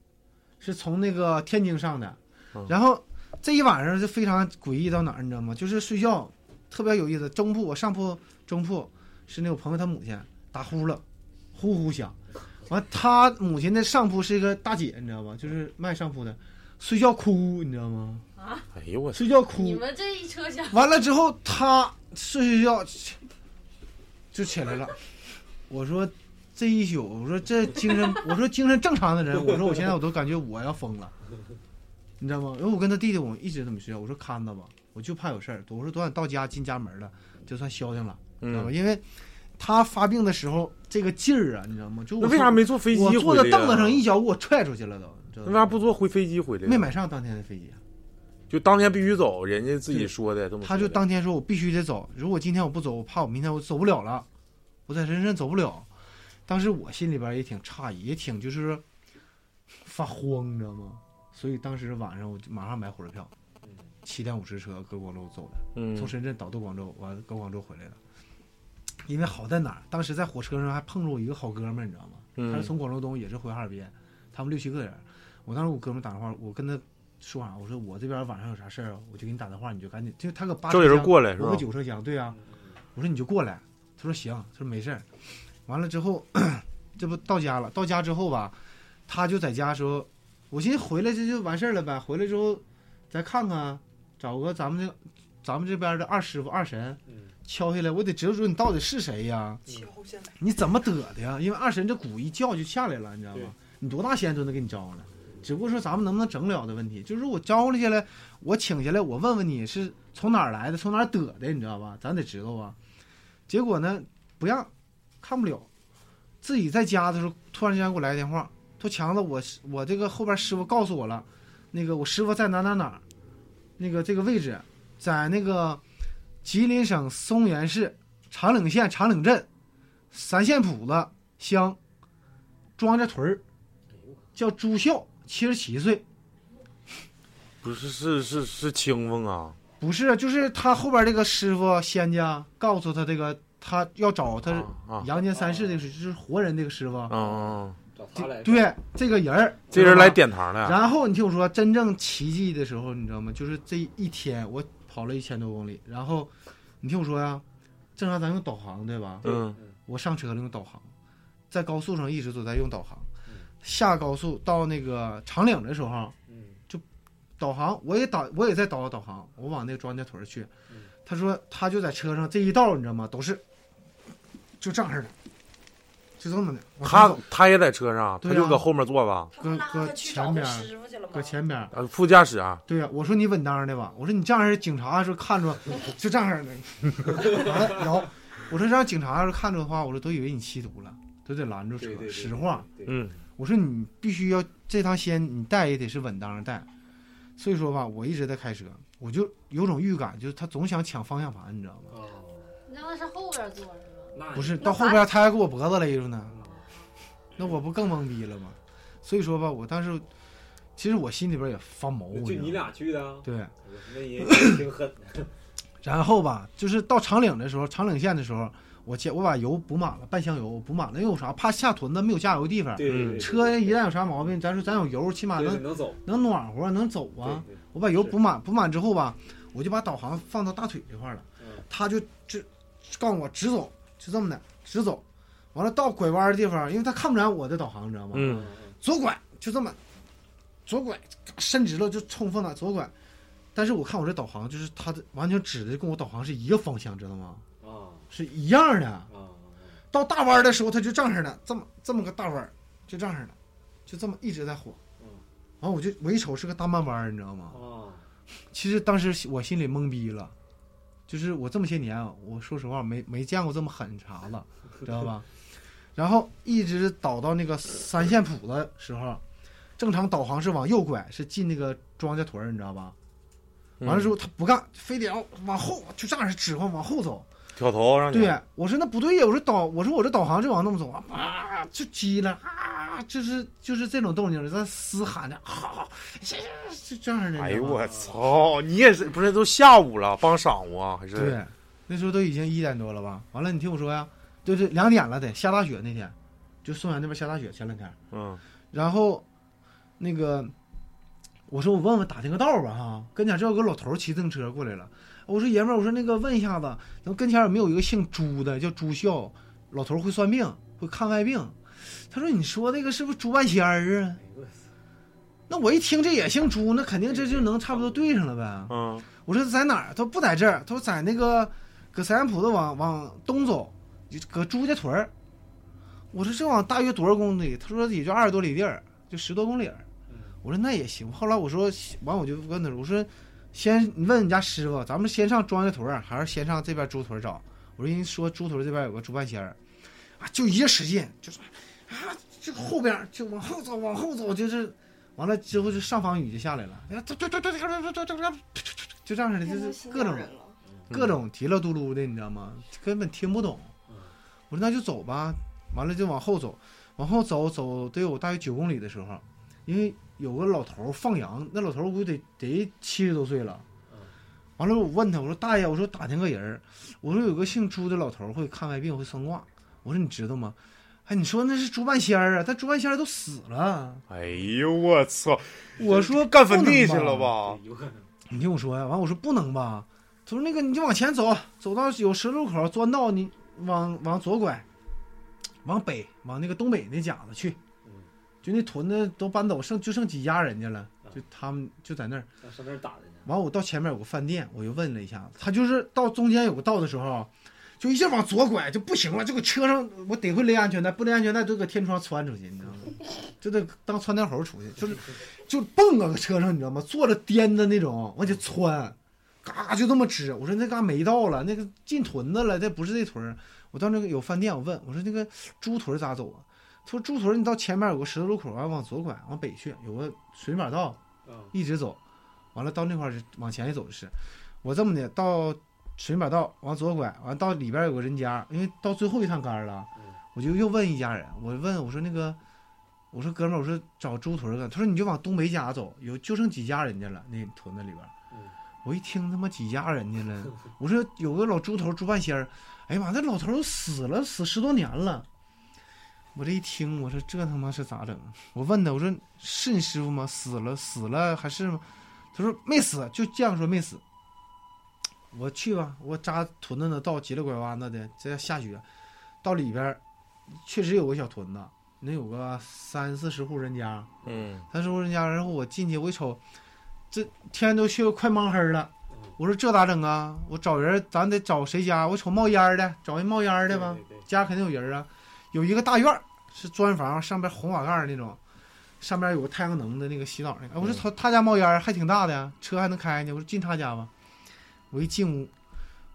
S6: 是从那个天津上的
S4: 嗯，
S6: 然后这一晚上就非常诡异到哪儿，你知道吗？就是睡觉特别有意思。中铺我上铺中铺是那我朋友他母亲打呼了，呼呼响。完，他母亲的上铺是一个大姐，你知道吗？就是卖上铺的，睡觉哭，你知道吗？
S4: 哎呦我操！
S6: 睡觉哭。
S3: 你们这一车厢，
S6: 完了之后，他睡睡觉就起来了。我说这一宿，我说这精神，我说精神正常的人，我说我现在我都感觉我要疯了，你知道吗？因为我跟他弟弟，我们一直这么睡觉。我说看着吧，我就怕有事儿。我说昨晚到家进家门了，就算消停了，知道吧？
S4: 嗯，
S6: 因为他发病的时候这个劲儿啊，你知道吗？就
S4: 那
S6: 我
S4: 为啥没坐飞机
S6: 我
S4: 回来呀？
S6: 坐在凳子上一脚给我踹出去了都？你知道吗
S4: 那为啥不坐回飞机回来？
S6: 没，买上当天的飞机？
S4: 就当天必须走，人家自己说的，这么
S6: 他
S4: 说
S6: 就
S4: 的
S6: 当天说我必须得走，如果今天我不走，我怕我明天我走不了了，我在深圳走不了。当时我心里边也挺诧异，也挺就是发慌，你知道吗？所以当时晚上我就马上买火车票，七点五十车搁广州走的，
S4: 嗯
S6: 从深圳倒到广州，完了搁广州回来了。因为好在哪儿，当时在火车上还碰着我一个好哥们儿，你知道吗？他
S4: 嗯
S6: 是从广州东也是回哈尔滨，他们六七个人。我当时我哥们打电话，我跟他说啥、我说我这边晚上有啥事儿啊，我就给你打电话，你就赶紧。就他搁八
S4: 叫
S6: 车
S4: 人
S6: 厢，
S4: 过来是
S6: 我
S4: 吧
S6: 搁？九车厢，对啊。我说你就过来，他说行，他说没事儿。完了之后， 这不到家了，到家之后吧，他就在家的时候，我寻思回来这就完事儿了呗，回来之后再看看，找个咱们这咱们这边的二师傅二神
S1: 嗯
S6: 敲下来，我得知道说你到底是谁呀、你怎么得的呀？因为二神这鼓一叫就下来了，你知道
S1: 对
S6: 吗？你多大仙都能给你招来，只不过说咱们能不能整了的问题。就是我招来下来，我请下来，我问问你是从哪儿来的，从哪儿得的，你知道吧？咱得知道啊。结果呢，不让，看不了。自己在家的时候，突然之间给我来个电话，说强子，我是我这个后边师傅告诉我了，那个我师傅在哪哪哪儿，那个这个位置，在那个吉林省松原市长岭县长岭镇三线谱子乡庄家屯儿，叫朱孝，七十七岁，
S4: 不是是是是清风啊，
S6: 不是，就是他后边这个师傅仙家告诉他这个，他要找他
S4: 啊啊
S6: 阳间三世这个就是活人这个师傅
S4: 啊，啊！
S1: 找他来，
S6: 对这个人儿，
S4: 这人
S6: 知道
S4: 来
S6: 吧
S4: 点啊堂了，
S6: 然后你听我说，真正奇迹的时候，你知道吗？就是这一天我跑了一千多公里，然后你听我说呀、正常咱用导航对吧？
S4: 嗯
S6: 我上车了用导航，在高速上一直都在用导航
S1: 嗯。
S6: 下高速到那个长岭的时候，
S1: 嗯
S6: 导航我也导我也在导导航，我往那个庄家屯儿去
S1: 嗯。
S6: 他说他就在车上这一道你知道吗？都是就这样式的，就这么的。往前
S4: 他
S6: 走
S4: 他也在车上，
S6: 对
S4: 他
S6: 啊
S4: 就搁后面坐吧，
S6: 搁搁前边儿，
S5: 傅去了
S6: 搁前边儿。
S4: 呃，副驾驶啊，
S6: 对呀、我说你稳当的吧，我说你这样式警察要是看着，就这样式的，完了然后我说让警察要是看着的话，我说都以为你吸毒了，都得拦住车
S1: 对对，对，
S6: 实话。
S1: 对，
S4: 嗯，
S6: 我说你必须要这趟先你带也得是稳当的带，所以说吧，我一直在开车，我就有种预感，就是他总想抢方向盘，你知道吗？
S1: 哦，
S3: 你让他是后边坐是吗？
S1: 那
S6: 不是，到后边他还给我脖子勒住呢，那我不更懵逼了吗？所以说吧，我当时其实我心里边也发毛，
S1: 就
S6: 我知道
S1: 你
S6: 吗
S1: 俩去的啊，
S6: 对。嗯
S1: 我那也挺狠的，
S6: 然后吧，就是到长岭的时候，长岭县的时候，我加我把油补满了，半箱油我补满了，因为有啥怕下屯子没有加油地方，
S1: 对对对，
S6: 嗯车一旦有啥毛病，咱说咱有油，起码
S1: 对对
S6: 能
S1: 能走
S6: 能暖和，能走啊。，
S1: 对对
S6: 我把油
S1: 是
S6: 补满，补满之后吧，我就把导航放到大腿这块了，
S1: 嗯
S6: 他就就告诉我直走，就这么的直走。完了到拐弯的地方，因为他看不着我的导航，你知道吗？
S1: 嗯，
S4: 嗯
S1: 嗯
S6: 左拐，就这么，左拐，伸直了就冲锋了，左拐。但是我看我这导航，就是它的完全指的跟我导航是一个方向，知道吗？
S1: 啊
S6: 是一样的。
S1: 啊啊，
S6: 到大弯儿的时候，它就这样式的，这么这么个大弯儿，就这样式的，就这么一直在晃
S1: 嗯。
S6: 完我就我一瞅是个大慢弯儿，你知道吗？
S1: 啊
S6: 其实当时我心里懵逼了，就是我这么些年啊，我说实话没没见过这么狠茬子，知道吧？然后一直导到那个三线谱的时候，正常导航是往右拐，是进那个庄稼屯儿，你知道吧？
S4: 嗯
S6: 完了之后他不干，非得要往后，就这样式指挥往后走。
S4: 挑嗯头让你
S6: 对，啊我说那不对呀，我说导，我说我这导航就往那么走啊，啊就急了啊，就是就是这种动静，在嘶喊着，好、就这样式的。
S4: 哎
S6: 你知
S4: 呦
S6: 道吗
S4: 我操！你也是不是都下午了？帮晌午啊？还是
S6: 对，那时候都已经一点多了吧？完了，你听我说呀，就是两点了得下大雪那天，就松原那边下大雪前两天，
S4: 嗯
S6: 然后那个我说我问问打听个道儿吧哈，跟前这有个老头儿骑自行车过来了，我说爷们儿，我说那个问一下子，咱们跟前有没有一个姓朱的叫朱孝，老头儿会算命，会看外病。他说你说那个是不是朱半仙儿啊？
S1: 哎
S6: 那我一听这也姓朱，那肯定这就能差不多对上了呗。
S4: 嗯
S6: 我说在哪儿？他说不在这儿，他说在那个搁三山铺子往往东走，就搁朱家屯儿。我说这往大约多少公里？他说也就二十多里地儿，就十多公里儿。我说那也行。后来我说完我就问他，我说先你问你家师傅，咱们先上庄家屯儿还是先上这边朱屯儿找？我说人家说朱屯儿这边有个朱半仙儿，啊，就一个使劲，就是啊，就后边儿就往后走，往后走，就是完了之后就上方雨就下来了，哎呀，对对对对对对对对对，就这样似的，就是各种。
S5: 了。
S6: 各种提了嘟噜的，你知道吗？根本听不懂
S1: 嗯。
S6: 我说那就走吧，完了就往后走，往后走走得有大约九公里的时候，因为有个老头儿放羊，那老头儿估计得得七十多岁了
S1: 嗯。
S6: 完了，我问他，我说大爷，我说打听个人儿，我说有个姓朱的老头儿会看外病，会算卦。我说你知道吗？哎，你说那是朱半仙儿啊，但朱半仙儿都死了。
S4: 哎呦我操，
S6: 我说
S4: 干坟地去
S6: 不能
S4: 了吧？
S1: 有可能。
S6: 你听我说呀，完我说不能吧，他说那个你就往前走，走到有十字路口钻道，你往往左拐，往北往那个东北那家子去
S1: 嗯，
S6: 就那屯子都搬走，剩就剩几家人家了，
S1: 啊
S6: 就他们就在那儿。
S1: 他上那儿打的呢，
S6: 完我到前面有个饭店，我就问了一下，他就是到中间有个道的时候，就一下往左拐就不行了，就搁车上我得会勒安全带，不勒安全带就搁天窗窜出去，你知道吗？就得当窜天猴出去，就是就蹦啊搁车上，你知道吗？坐着颠的那种往前窜，嘎就这么支。我说那嘎没到了，那个进屯子了，这不是这屯儿。我到那个有饭店，我问我说那个猪屯儿咋走啊？他说猪屯儿你到前面有个十字路口啊，往左拐，往北去有个水马道，
S1: 啊，
S6: 一直走，完了到那块儿是往前一走就是，我这么的到水马道往左拐，完到里边有个人家，因为到最后一趟杆儿了
S1: 嗯，
S6: 我就又问一家人，我问我说那个，我说哥们儿，我说找猪屯儿干，他说你就往东北家走，有就剩几家人家了，那屯子里边儿
S1: 嗯。
S6: 我一听他妈几家人家 了，我说有个老猪头猪半仙儿，哎呀妈，那老头儿死了，死十多年了。我这一听，我说这他妈是咋整？我问他，我说是你师傅吗？死了，死了还是吗？他说没死，就这样说没死。我去吧，我扎屯子呢，到急了拐弯子的，这下雪，到里边儿确实有个小屯子，能有个三四十户人家，
S4: 嗯
S6: 三十户人家。然后我进去，我一瞅，这天都去快蒙黑了
S1: 嗯。
S6: 我说这咋整啊？我找人，咱得找谁家？我瞅冒烟儿的，找人冒烟儿的吧。
S1: 对对对
S6: 家肯定有人啊。有一个大院儿是砖房，上边红瓦盖儿那种，上边有个太阳能的那个洗澡那个。哎我说
S4: 嗯
S6: 他他家冒烟儿还挺大的呀，车还能开呢。我说进他家吧。我一进屋，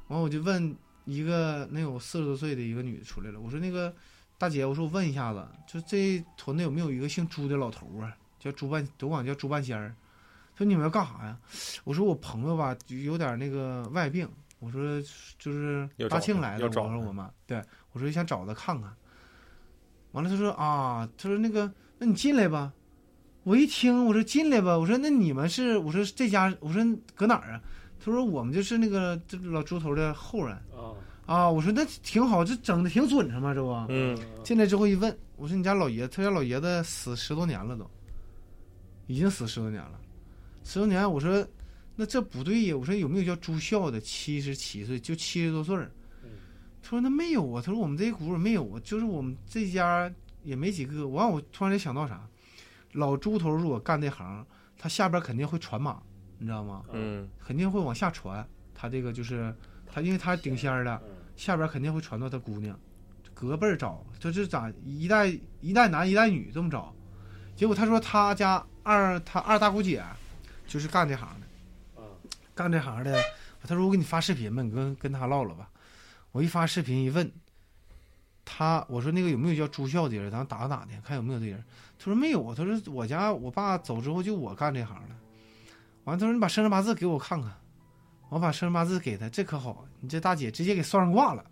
S6: 完我就问一个能有四十多岁的一个女的出来了，我说那个大姐，我说我问一下子，就这屯子有没有一个姓朱的老头儿啊？叫朱半，都管叫朱半仙儿。他说你们要干啥呀？我说我朋友吧，就有点那个外病。我说就是
S4: 要找
S6: 大庆
S4: 他
S6: 来的，
S4: 要
S6: 我
S4: 找
S6: 说
S4: 他
S6: 我妈，对我说想找他看看。完了，他说啊，他说那个，那你进来吧。我一听，我说进来吧。我说那你们是，我说这家，我说搁哪儿啊？他说我们就是那个这老猪头的后人
S1: 啊，
S6: 啊。我说那挺好，这整的挺准成嘛，这不。
S4: 嗯，
S6: 进来之后一问，我说你家老爷，他家老爷子死十多年了都，已经死十多年了，十多年。我说那这不对呀，我说有没有叫朱孝的，七十七岁就七十多岁儿
S1: 嗯？
S6: 他说那没有啊，他说我们这一股没有啊，就是我们这家也没几个。完我突然间想到啥，老猪头如果干这行，他下边肯定会传马，你知道吗？
S4: 嗯
S6: 肯定会往下传。他这个就是他，因为他是顶仙儿的，
S1: 嗯
S6: 下边肯定会传到他姑娘，隔辈儿找，这这咋一代一代男一代女这么找？结果他说他家二他二大姑姐就是干这行的，
S1: 啊，
S6: 干这行的，他说我给你发视频吧，你跟跟他唠唠吧。我一发视频一问，他我说那个有没有叫朱孝的人，咱打听打听看有没有这人。他说没有，他说我家我爸走之后就我干这行了。完，他说你把生辰八字给我看看，我把生辰八字给他，这可好，你这大姐直接给算上卦了。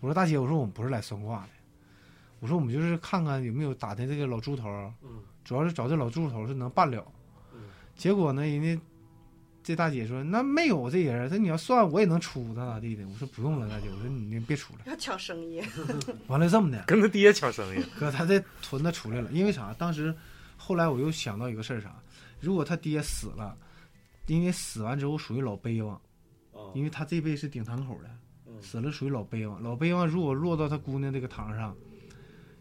S6: 我说大姐，我说我们不是来算卦的，我说我们就是看看有没有打听这个老猪头儿，
S1: 嗯
S6: 主要是找这老猪头儿是能办了
S1: 嗯。
S6: 结果呢，人家这大姐说：“那没有这人，她说你要算我也能出，那咋地的？”我说：“不用了，大姐，我说你别出了。
S5: 要抢生意，”
S6: 完了这么的，
S4: 跟他爹抢生意，
S6: 哥他这屯子出来了，因为啥？当时后来我又想到一个事儿，啥？如果他爹死了，因为死完之后属于老卑王，
S1: 啊，
S6: 因为他这辈是顶堂口的，
S1: 嗯
S6: 死了属于老卑王。老卑王如果落到他姑娘这个堂上，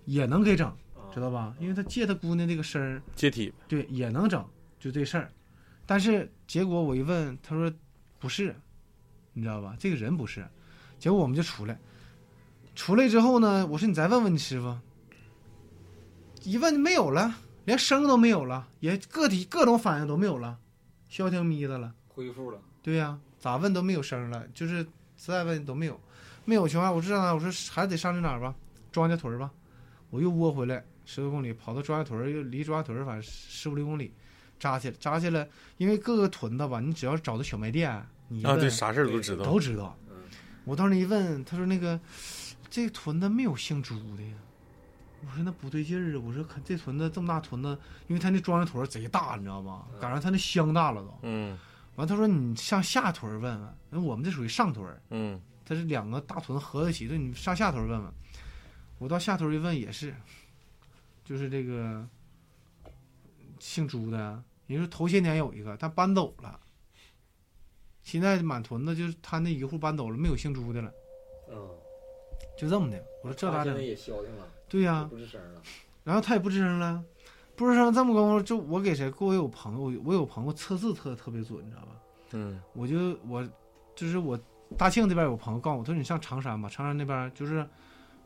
S6: 也能给整，
S1: 啊
S6: 知道吧？因为他借他姑娘这个身儿，
S4: 接替
S6: 对，也能整，就这事儿。但是结果我一问，他说不是，你知道吧？这个人不是。结果我们就出来，出来之后呢，我说你再问问你师傅，一问没有了，连声都没有了，也个体各种反应都没有了，消停咪的了。
S1: 恢复了，
S6: 对呀、咋问都没有声儿了，就是再问都没有，没有情况下，我说哪？我说还得上这哪儿吧，庄家屯儿吧，我又窝回来十多公里，跑到庄家屯儿，又离庄家屯儿反正十五六公里，扎去了，扎去了，因为各个屯子吧，你只要找到小卖店，你一
S4: 啊，
S6: 问
S4: 对，啥事儿都知道
S6: 都知道。
S1: 嗯
S6: 我到那一问，他说那个这个屯子没有姓朱的呀。我说那不对劲儿啊！我说可这屯子这么大屯子，因为他那庄家屯儿贼大，你知道吗？赶上他那乡大了都。
S4: 嗯
S6: 完，他说你上下屯儿问问，因为我们这属于上屯儿，
S4: 嗯，
S6: 它是两个大屯合在一起，对你上下屯儿问问。我到下屯儿一问也是，就是这个姓朱的，人说头些年有一个，但搬走了，现在满屯子就是他那一户搬走了，没有姓朱的了，
S1: 嗯，
S6: 就这么的。我说这
S1: 他
S6: 啊咋
S1: 现
S6: 整
S1: 在？也消停了，
S6: 对呀、
S1: 不吱声了，
S6: 然后他也不吱声了，不吱声这么功夫，就我给谁？给我有朋友，我有朋友测字测的特别准，你知道吧？
S4: 嗯
S6: 我就我就是我大庆这边有朋友告诉我，他说你上常山吧，常山那边就是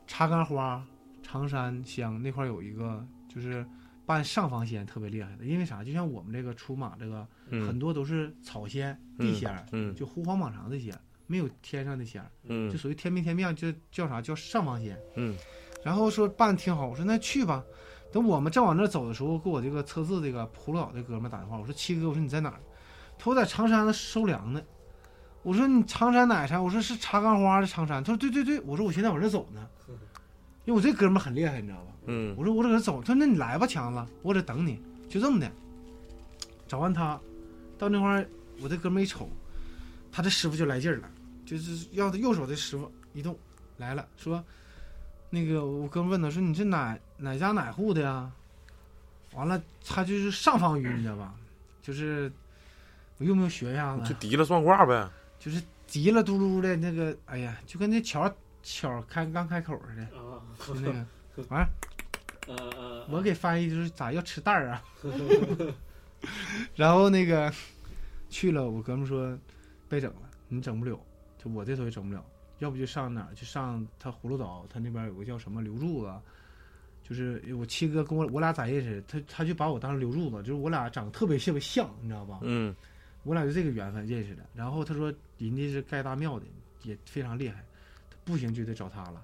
S6: 查干花、常山乡那块有一个就是办上房仙特别厉害的，因为啥？就像我们这个出马这个，很
S4: 嗯
S6: 多都是草仙、地仙儿，
S4: 嗯
S6: 就狐黄蟒长这些，没有天上的仙儿，就
S4: 嗯
S6: 属于天兵天将，就叫啥叫上房仙。
S4: 嗯，
S6: 然后说办挺好，我说那去吧。等我们正往那儿走的时候，给我这个测字这个葫芦岛这哥们儿打电话，我说七哥，我说你在哪儿？他说我在常山那收粮呢。我说你常山哪山？我说是查干花的常山。他说对对对，我说我现在往这走呢，因为我这哥们儿很厉害，你知道吧？
S4: 嗯
S6: 我说我搁这走，他说那你来吧，强子，我搁这等你，就这么的。找完他，到那块儿，我这哥们儿一瞅，他这师傅就来劲儿了，就是要他右手这师傅一动来了，说那个我哥们问他说你是哪哪家哪户的呀？完了，他就是上方晕，你知道吧？就是我用不用学一下
S4: 就
S6: 子？
S4: 提了算卦呗，
S6: 就是急了嘟噜的那个，哎呀，就跟那巧巧开刚开口似的，
S1: 啊，
S6: 就那个。
S1: 嗯嗯，
S6: 我给翻译就是咋要吃蛋儿啊？然后那个去了，我哥们说被整了，你整不了，就我这头也整不了，要不就上哪儿？就上他葫芦岛，他那边有个叫什么刘柱子，就是我七哥跟我我俩咋认识？他他就把我当成刘柱子，就是我俩长得特别特别像，你知道吧？
S4: 嗯
S6: 我俩就这个缘分认识的。然后他说人家是盖大庙的，也非常厉害，不行就得找他了。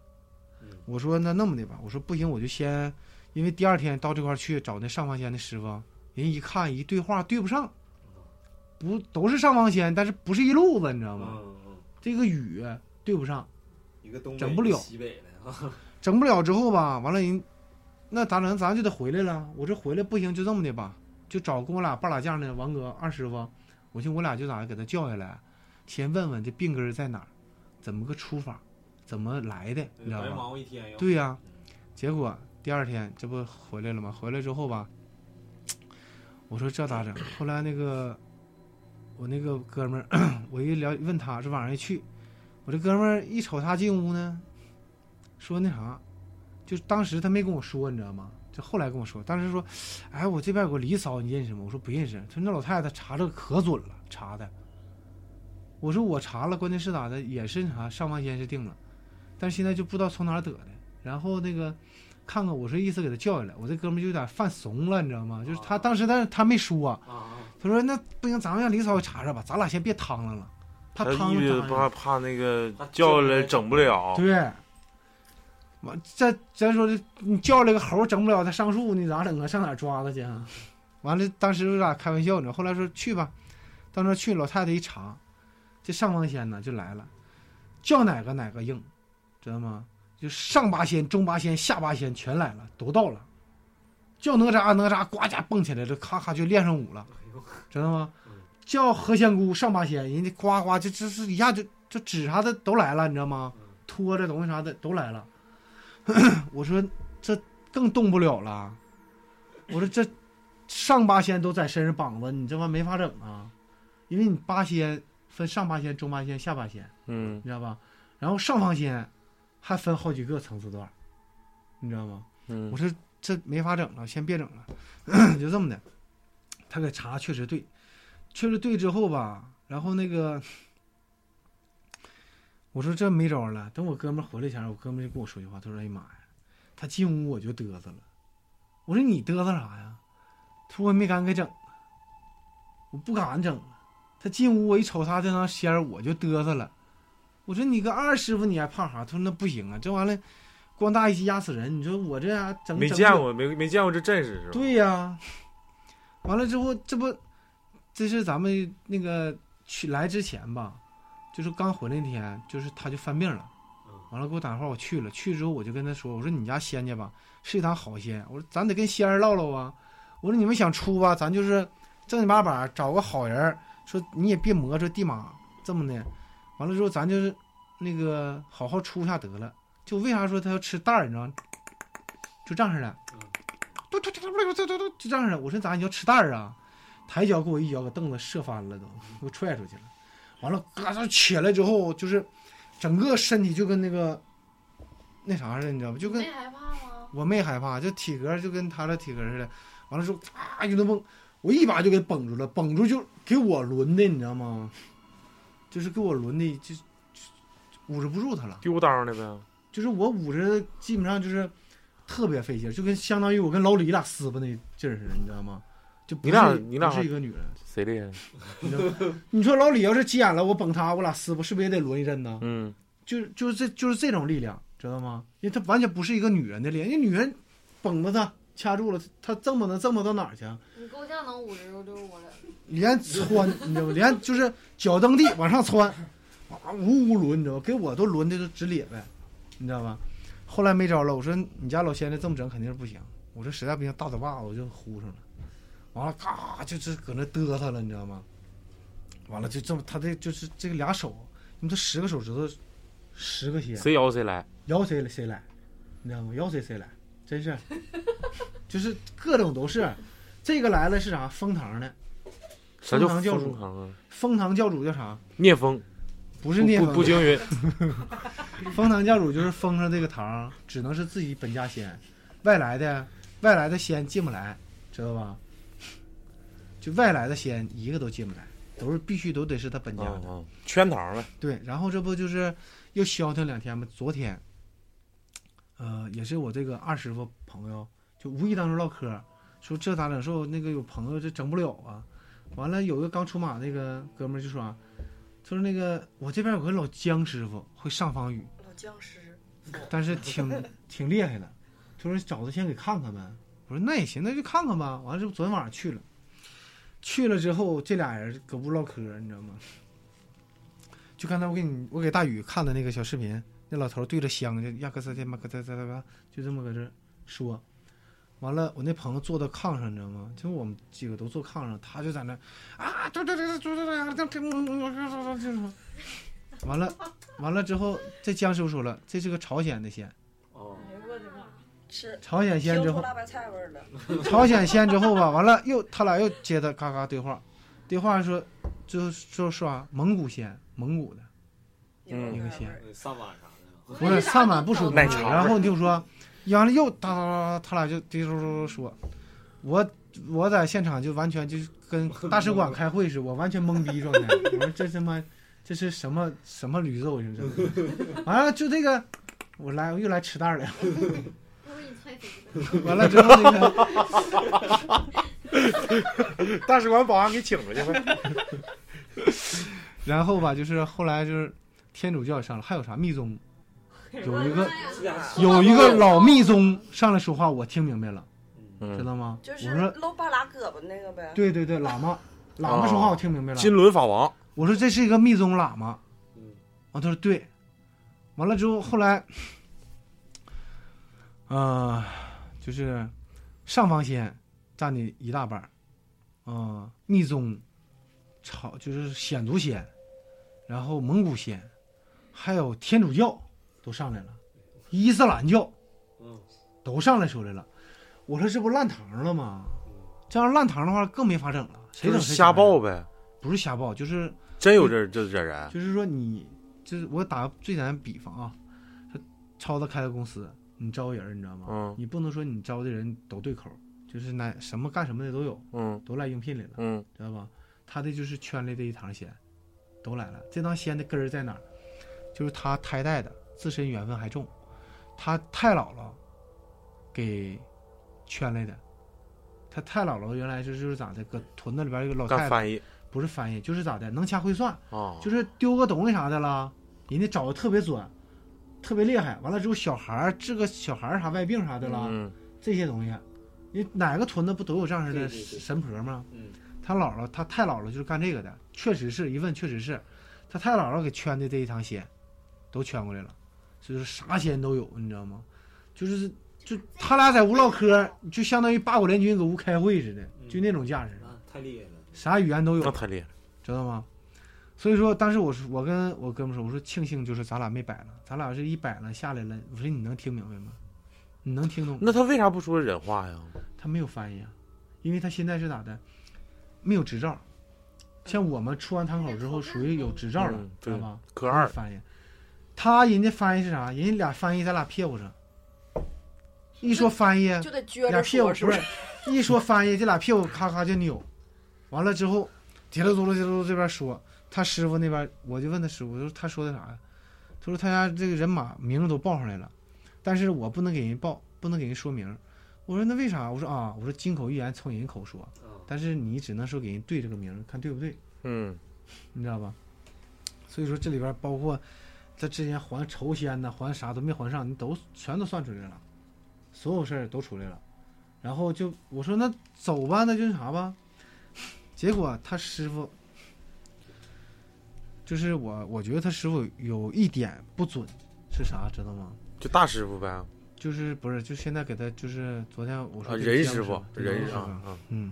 S1: 嗯
S6: 我说那那么的吧，我说不行我就先，因为第二天到这块儿去找那上方仙的师傅，人一看一对话对不上，不都是上方仙，但是不是一路子，你知道
S1: 嗯
S6: 吗？
S1: 嗯，
S6: 这个雨对不上，
S1: 一个东北，
S6: 整不了
S1: 一个西北的啊，
S6: 整不了之后吧，完了人，那咋整？咱就得回来了。我这回来不行，就这么的吧，就找跟我俩半拉架那王哥二师傅，我寻思我俩就咋给他叫下来，先问问这病根儿在哪儿，怎么个出法，怎么来的，你知道
S1: 啊白
S6: 吧？
S1: 忙活一天要，
S6: 对呀、结果第二天这不回来了吗？回来之后吧，我说这咋整？后来那个我那个哥们儿， 我一聊问他是晚上一去，我这哥们儿一瞅他进屋呢，说那啥，就当时他没跟我说，你知道吗？就后来跟我说，当时说，哎，我这边有个李嫂，你认识吗？我说不认识。他说那老太太查这个可准了，查的。我说我查了，关键是咋的，也是啥上半仙是定了，但是现在就不知道从哪儿得的。然后那个看看我说意思给他叫下来，我这哥们儿就有点犯怂了，你知道吗？就是他当时，但是他没说、
S1: 啊啊，
S6: 他说那不行，咱们让李嫂给查查吧，咱俩先别趟了了，怕
S4: 他
S6: 趟
S4: 一直
S6: 了
S4: 怕
S6: 咱
S4: 怕那个
S1: 他
S4: 叫
S1: 叫
S4: 来
S1: 来
S4: 整不了，
S6: 对。完，再咱说这，你叫来个猴儿整不了，他上树你咋整啊？上哪儿抓他去啊？完了，当时我俩开玩笑呢。后来说去吧，到那儿去，老太太一查，这上方仙呢就来了，叫哪个哪个硬，知道吗？就上八仙、中八仙、下八仙全来了，都到了，叫哪吒哪吒，呱家蹦起来了，咔咔就练上舞了。
S1: 哎呦，
S6: 知道吗
S1: 嗯？
S6: 叫何仙姑上八仙，人家夸夸就这是一下就就纸啥的都来了，你知道吗？拖着东西啥的都来了。 我说这更动不了了，我说这上八仙都在身上绑着，你这玩意没法整啊，因为你八仙分上八仙、中八仙、下八仙。
S4: 嗯
S6: 你知道吧？然后上方仙还分好几个层次段儿，你知道吗？
S4: 嗯
S6: 我说这没法整了，先别整了， 就这么的。他给查确实对，确实对之后吧，然后那个我说这没招儿了。等我哥们儿回来前，我哥们儿就跟我说句话，他说：“哎呀妈呀，他进屋我就嘚瑟了。”我说：“你嘚瑟啥呀？”他说：“我也没敢给整，我不敢整了。”他进屋我一瞅他这张仙儿，我就嘚瑟了。我说：“你个二师傅你还怕啥？”他说：“那不行啊，这玩意儿光大一气压死人。你说我这呀、整
S4: 没
S6: 整
S4: 见
S6: 整
S4: 过，没没见过这阵势是吧？
S6: 对呀、完了之后，这不，这是咱们那个去来之前吧，就是刚回来那天，就是他就犯病了
S1: 嗯。
S6: 完了给我打电话，我去了。去之后我就跟他说：“我说你家仙家吧，是一堂好仙。我说咱得跟仙儿唠唠啊。我说你们想出吧，咱就是正经八百找个好人儿。说你也别磨着地马这么的。完了之后咱就是那个好好出一下得了。就为啥说他要吃蛋儿，你知道吗？就这样式的
S1: 嗯，
S6: 嘟嘟嘟嘟嘟嘟嘟嘟，就这样式的。我说咋你要吃蛋儿啊？抬脚给我一脚，把凳子射翻了都， 给我踹出去了。完了，嘎就起来之后，就是整个身体就跟那个那啥似的，你知道不？就跟
S3: 没害怕吗？
S6: 我没害怕，就体格就跟他的体格似的。完了之后啊，就那蹦，我一把就给绷住了，绷住就给我抡的，你知道吗？就是给我抡的，就就就捂着不住他了。
S4: 丢当的呗。
S6: 就是我捂着，基本上就是特别费劲儿，就跟相当于我跟老李俩撕巴那劲儿似的，你知道吗？就不
S4: 你俩
S6: 是
S4: 你俩
S6: 不是一个女人。
S4: 谁厉害？
S6: 你知道吗你说老李要是急眼了，我崩他，我俩撕巴，是不是也得抡一阵呢？
S4: 嗯，
S6: 就是就是这就是这种力量，知道吗？因为她完全不是一个女人的力量，因为女人绷着她掐住了，她挣不能挣不到哪儿去啊，
S3: 你够呛能捂着溜我了，
S6: 连窜，你知道吗？连就是脚蹬地往上窜，啊呜呜抡，你知道吗？给我都抡的都直咧呗，你知道吧？后来没招了，我说你家老仙子这么整肯定是不行，我说实在不行大嘴巴子我就呼上了，完了嘎就是搁那嘚瑟了，你知道吗？完了就这么他这就是这个俩手，你这十个手指头，十个血。
S4: 谁咬谁来。
S6: 摇谁来谁来，你知道吗？摇谁谁来，真是，就是各种都是。这个来了是啥？封堂的，
S4: 啥
S6: 封
S4: 叫
S6: 堂教主
S4: 封堂啊？
S6: 封堂教主叫啥？
S4: 聂风
S6: 不是聂
S4: 不不
S6: 风
S4: 不，惊云，
S6: 封堂教主就是封上这个堂，只能是自己本家仙，外来的外来的仙进不来，知道吧？就外来的仙一个都进不来，都是必须都得是他本家
S4: 啊
S6: 的。
S4: 啊， 圈 堂呗。
S6: 对，然后这不就是又消停两天吗？昨天，呃，也是我这个二师傅朋友，就无意当中唠嗑儿，说这咋整？说我那个有朋友这整不了啊。完了，有一个刚出马那个哥们儿就说、啊，他说那个我这边有个老姜师傅会上方语，
S5: 老僵尸，
S6: 但是挺挺厉害的。他说找他先给看看呗。我说那也行，那就看看吧。完了，这不昨天晚上去了，去了之后这俩人搁屋唠嗑，你知道吗？就刚才我给你我给大宇看的那个小视频，那老头对着香就呀咯吱天嘛咯吱吱吱，就这么搁这说。完了，我那朋友坐到炕上，你知道吗？就我们几个都坐炕上，他就在那啊，对对对对对对对，这这这这，完了，完了之后，这江师傅说了，这是个朝鲜的仙，
S1: 哦，
S5: 哎呦我的妈，吃
S6: 朝鲜仙之后，
S5: 辣白菜味儿了，
S6: 朝鲜先之后吧，完了又他俩又接着嘎嘎对话，对话说，就就说啊蒙古先，蒙古的，
S4: 嗯
S5: 有
S6: 那个
S5: 辣白
S6: 鲜
S5: 味儿
S1: 上晚啥的，
S6: 不是上满不属于
S4: 奶茶味儿
S6: 然后你就说，完了又哒哒哒，他俩就嘀嘀嘟嘟说，我我在现场就完全就跟大使馆开会似的，我完全懵逼状态，我说这他妈这是什么什么驴肉，这是， 完了就这个，我来我又来吃蛋儿了，
S3: 我给你踹死了。
S6: 完了之后那个。
S4: 大使馆保安给请出去呗。
S6: 然后吧，就是后来就是天主教也上了，还有啥密宗，有一个
S1: 是俩
S6: 有一个老密宗上来说话，我听明白了，知
S4: 嗯，
S6: 道吗？
S5: 就是
S6: 我说
S5: 搂半拉胳膊那个呗。
S6: 对对对，喇嘛，喇嘛说话我听明白了。
S4: 金轮法王，
S6: 我说这是一个密宗喇嘛，
S1: 嗯
S6: 啊，他说对。完了之后，后来，呃，就是呃上方仙占你一大半儿，啊、密宗朝就是鲜族仙，然后蒙古仙，还有天主教都上来了，伊斯兰教
S1: 嗯
S6: 都上来说来了。我说这不烂堂了吗？这样烂堂的话更没法整了，谁
S4: 就
S6: 整
S4: 是
S6: 谁
S4: 瞎
S6: 承认
S4: 报，呗，
S6: 不是瞎报，就是
S4: 真有这这这人，
S6: 就是说你就是我打个最简单的比方啊，说超子开个公司，你招人你知道吗？
S4: 嗯
S6: 你不能说你招的人都对口，就是来什么干什么的都有，
S4: 嗯
S6: 都来应聘里了。
S4: 嗯
S6: 知道吧？他的就是圈里这一堂仙，都来了。这堂仙的根儿在哪儿？就是他胎带的，自身缘分还重。他太姥姥给圈来的，他太姥姥原来是就是咋的，搁屯子里边有个老
S4: 干
S6: 太太，
S4: 翻译
S6: 不是翻译，就是咋的，能掐会算，
S1: 哦
S4: 啊，
S6: 就是丢个东西啥的啦，人家找的特别准，特别厉害。完了之后，小孩儿治个小孩儿啥外病啥的啦，
S4: 嗯
S6: 这些东西，你哪个屯子不都有这样式
S1: 对
S6: 的
S1: 对对
S6: 神婆吗？
S1: 嗯
S6: 他姥姥，他太姥姥就是干这个的，确实是一问，确实是，他太姥姥给圈的这一趟仙，都圈过来了，所以说啥仙都有，你知道吗？就是就他俩在屋唠嗑，就相当于八国联军搁屋开会似的，就那种架势，
S1: 那太厉害了，
S6: 啥语言都
S4: 那
S6: 有，
S4: 太厉害了，
S6: 知道吗？所以说，当时我说，我跟我哥们说，我说庆幸就是咱俩没摆了，咱俩是一摆了下来了，我说你能听明白吗？你能听懂吗？
S4: 那他为啥不说人话呀？
S6: 他没有翻译啊，因为他现在是咋的，没有执照。像我们出完堂口之后，属于有执照了
S4: 嗯，
S6: 知道吧？
S4: 科二
S6: 翻译，他人家翻译是啥？人家俩翻译，咱俩屁股上。一说翻译，
S5: 就得撅
S6: 啊俩
S5: 着
S6: 屁股
S5: 说，是不是？？
S6: 一说翻译，这俩屁股咔咔就扭。完了之后，嘀噜嘟噜嘀噜嘟噜这边说，他师傅那边，我就问他师傅，我说他说的啥呀？他说他家这个人马名儿都报上来了，但是我不能给人报，不能给人说名儿。我说那为啥？我说啊，我说金口玉言从人口说，
S1: 啊，
S6: 但是你只能说给人对这个名儿，看对不对，
S4: 嗯
S6: 你知道吧？所以说这里边包括他之前还酬仙呐，还啥都没还上，你都全都算出来了，所有事儿都出来了。然后就我说那走吧，那就是啥吧。结果他师傅，就是我，我觉得他师傅有一点不准，是啥知道吗？
S4: 就大师傅呗，啊
S6: 就是不是就现在给他就是昨天我说给他
S4: 人
S6: 姜
S4: 啊师
S6: 师
S4: 傅，
S6: 对姜
S4: 人
S6: 师
S4: 啊
S6: 傅
S4: 啊，
S6: 嗯，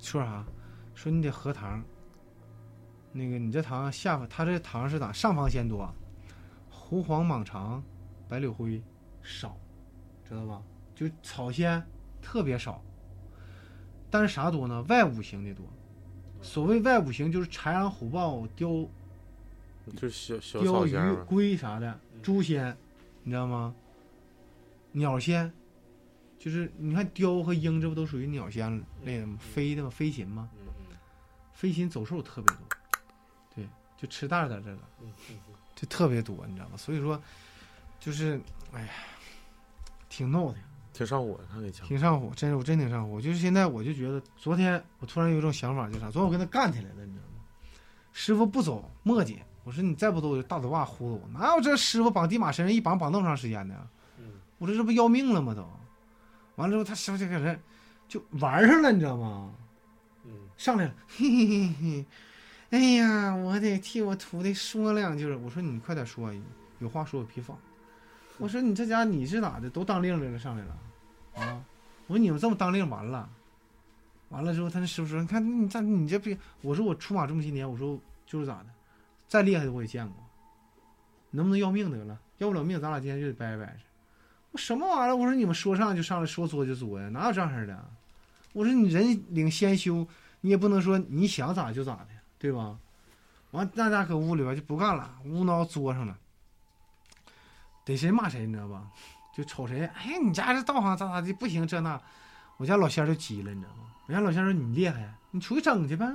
S6: 说啥？说你得喝糖。那个你这糖啊下方，他这糖是哪？上方先多，狐黄蟒长，白柳灰少，知道吧？就草仙特别少，但是啥多呢？外五行的多。所谓外五行，就是豺狼虎豹雕
S4: 就是小小
S6: 鲷
S4: 草
S6: 鱼
S4: 尖儿、
S6: 龟啥的，猪仙，你知道吗？鸟仙，就是你看雕和鹰，这不都属于鸟仙类的吗？飞的吗？飞禽吗？
S1: 嗯嗯
S6: 飞禽走兽特别多，对，就吃大点儿这个，
S1: 嗯嗯嗯，
S6: 就特别多，你知道吗？所以说，就是哎呀，挺闹挺，
S4: 挺上火，他给强，
S6: 挺上火，真是我真挺上火。就是现在我就觉得，昨天我突然有一种想法，就是啥？昨天我跟他干起来了，你知道吗？师傅不走，磨叽，我说你再不走我就大嘴巴呼噜我，哪有这师傅绑地马身上一绑绑那么长时间的呀？
S1: 嗯
S6: 我说这不要命了吗都？完了之后他小姐搁这就玩上了，你知道吗？
S1: 嗯
S6: 上来了，嘿嘿嘿嘿，哎呀，我得替我徒弟说两句了。我说你快点说，有话说有屁放。我说你这家你是咋的，都当令来了上来了啊？我说你们这么当令完了，完了之后他那师傅说，你看你咋你这不？我说我出马这么些年，我说就是咋的，再厉害的我也见过，能不能要命得了？要不了命，咱俩今天就得掰掰去。我什么玩意儿？我说你们说上就上来，说作就作呀，哪有这样式儿的？啊我说你人领先修，你也不能说你想咋就咋的，对吧？完，大家搁屋里边就不干了，无脑作上了，逮谁骂谁，你知道吧？就瞅谁，哎，你家这道行咋咋的不行，这那，我家老仙儿就急了，你知道吗？我家老仙儿说你厉害，你出去整去呗，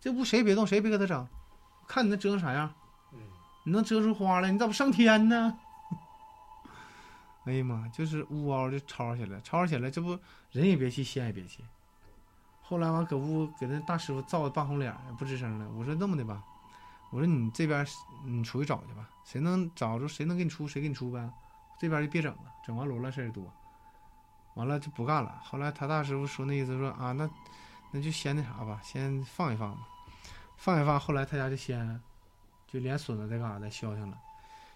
S6: 这屋谁也别动，谁也别搁他整，看你能折腾啥样，
S1: 嗯
S6: 你能折出花来，你咋不上天呢？ 哎呀妈，就是呜嗷就吵起来，吵起来，这不人也别气，仙也别气。后来完搁屋给那大师傅造的半红脸儿，不吱声了。我说那么的吧，我说你这边儿你出去找去吧，谁能找着谁能给你出谁给你出呗，这边儿就别整了，整完罗乱事儿多。完了就不干了。后来他大师傅说那意思说啊，那那就先那啥吧，先放一放吧，放一放。后来他家就先就连孙子带嘎达消停了，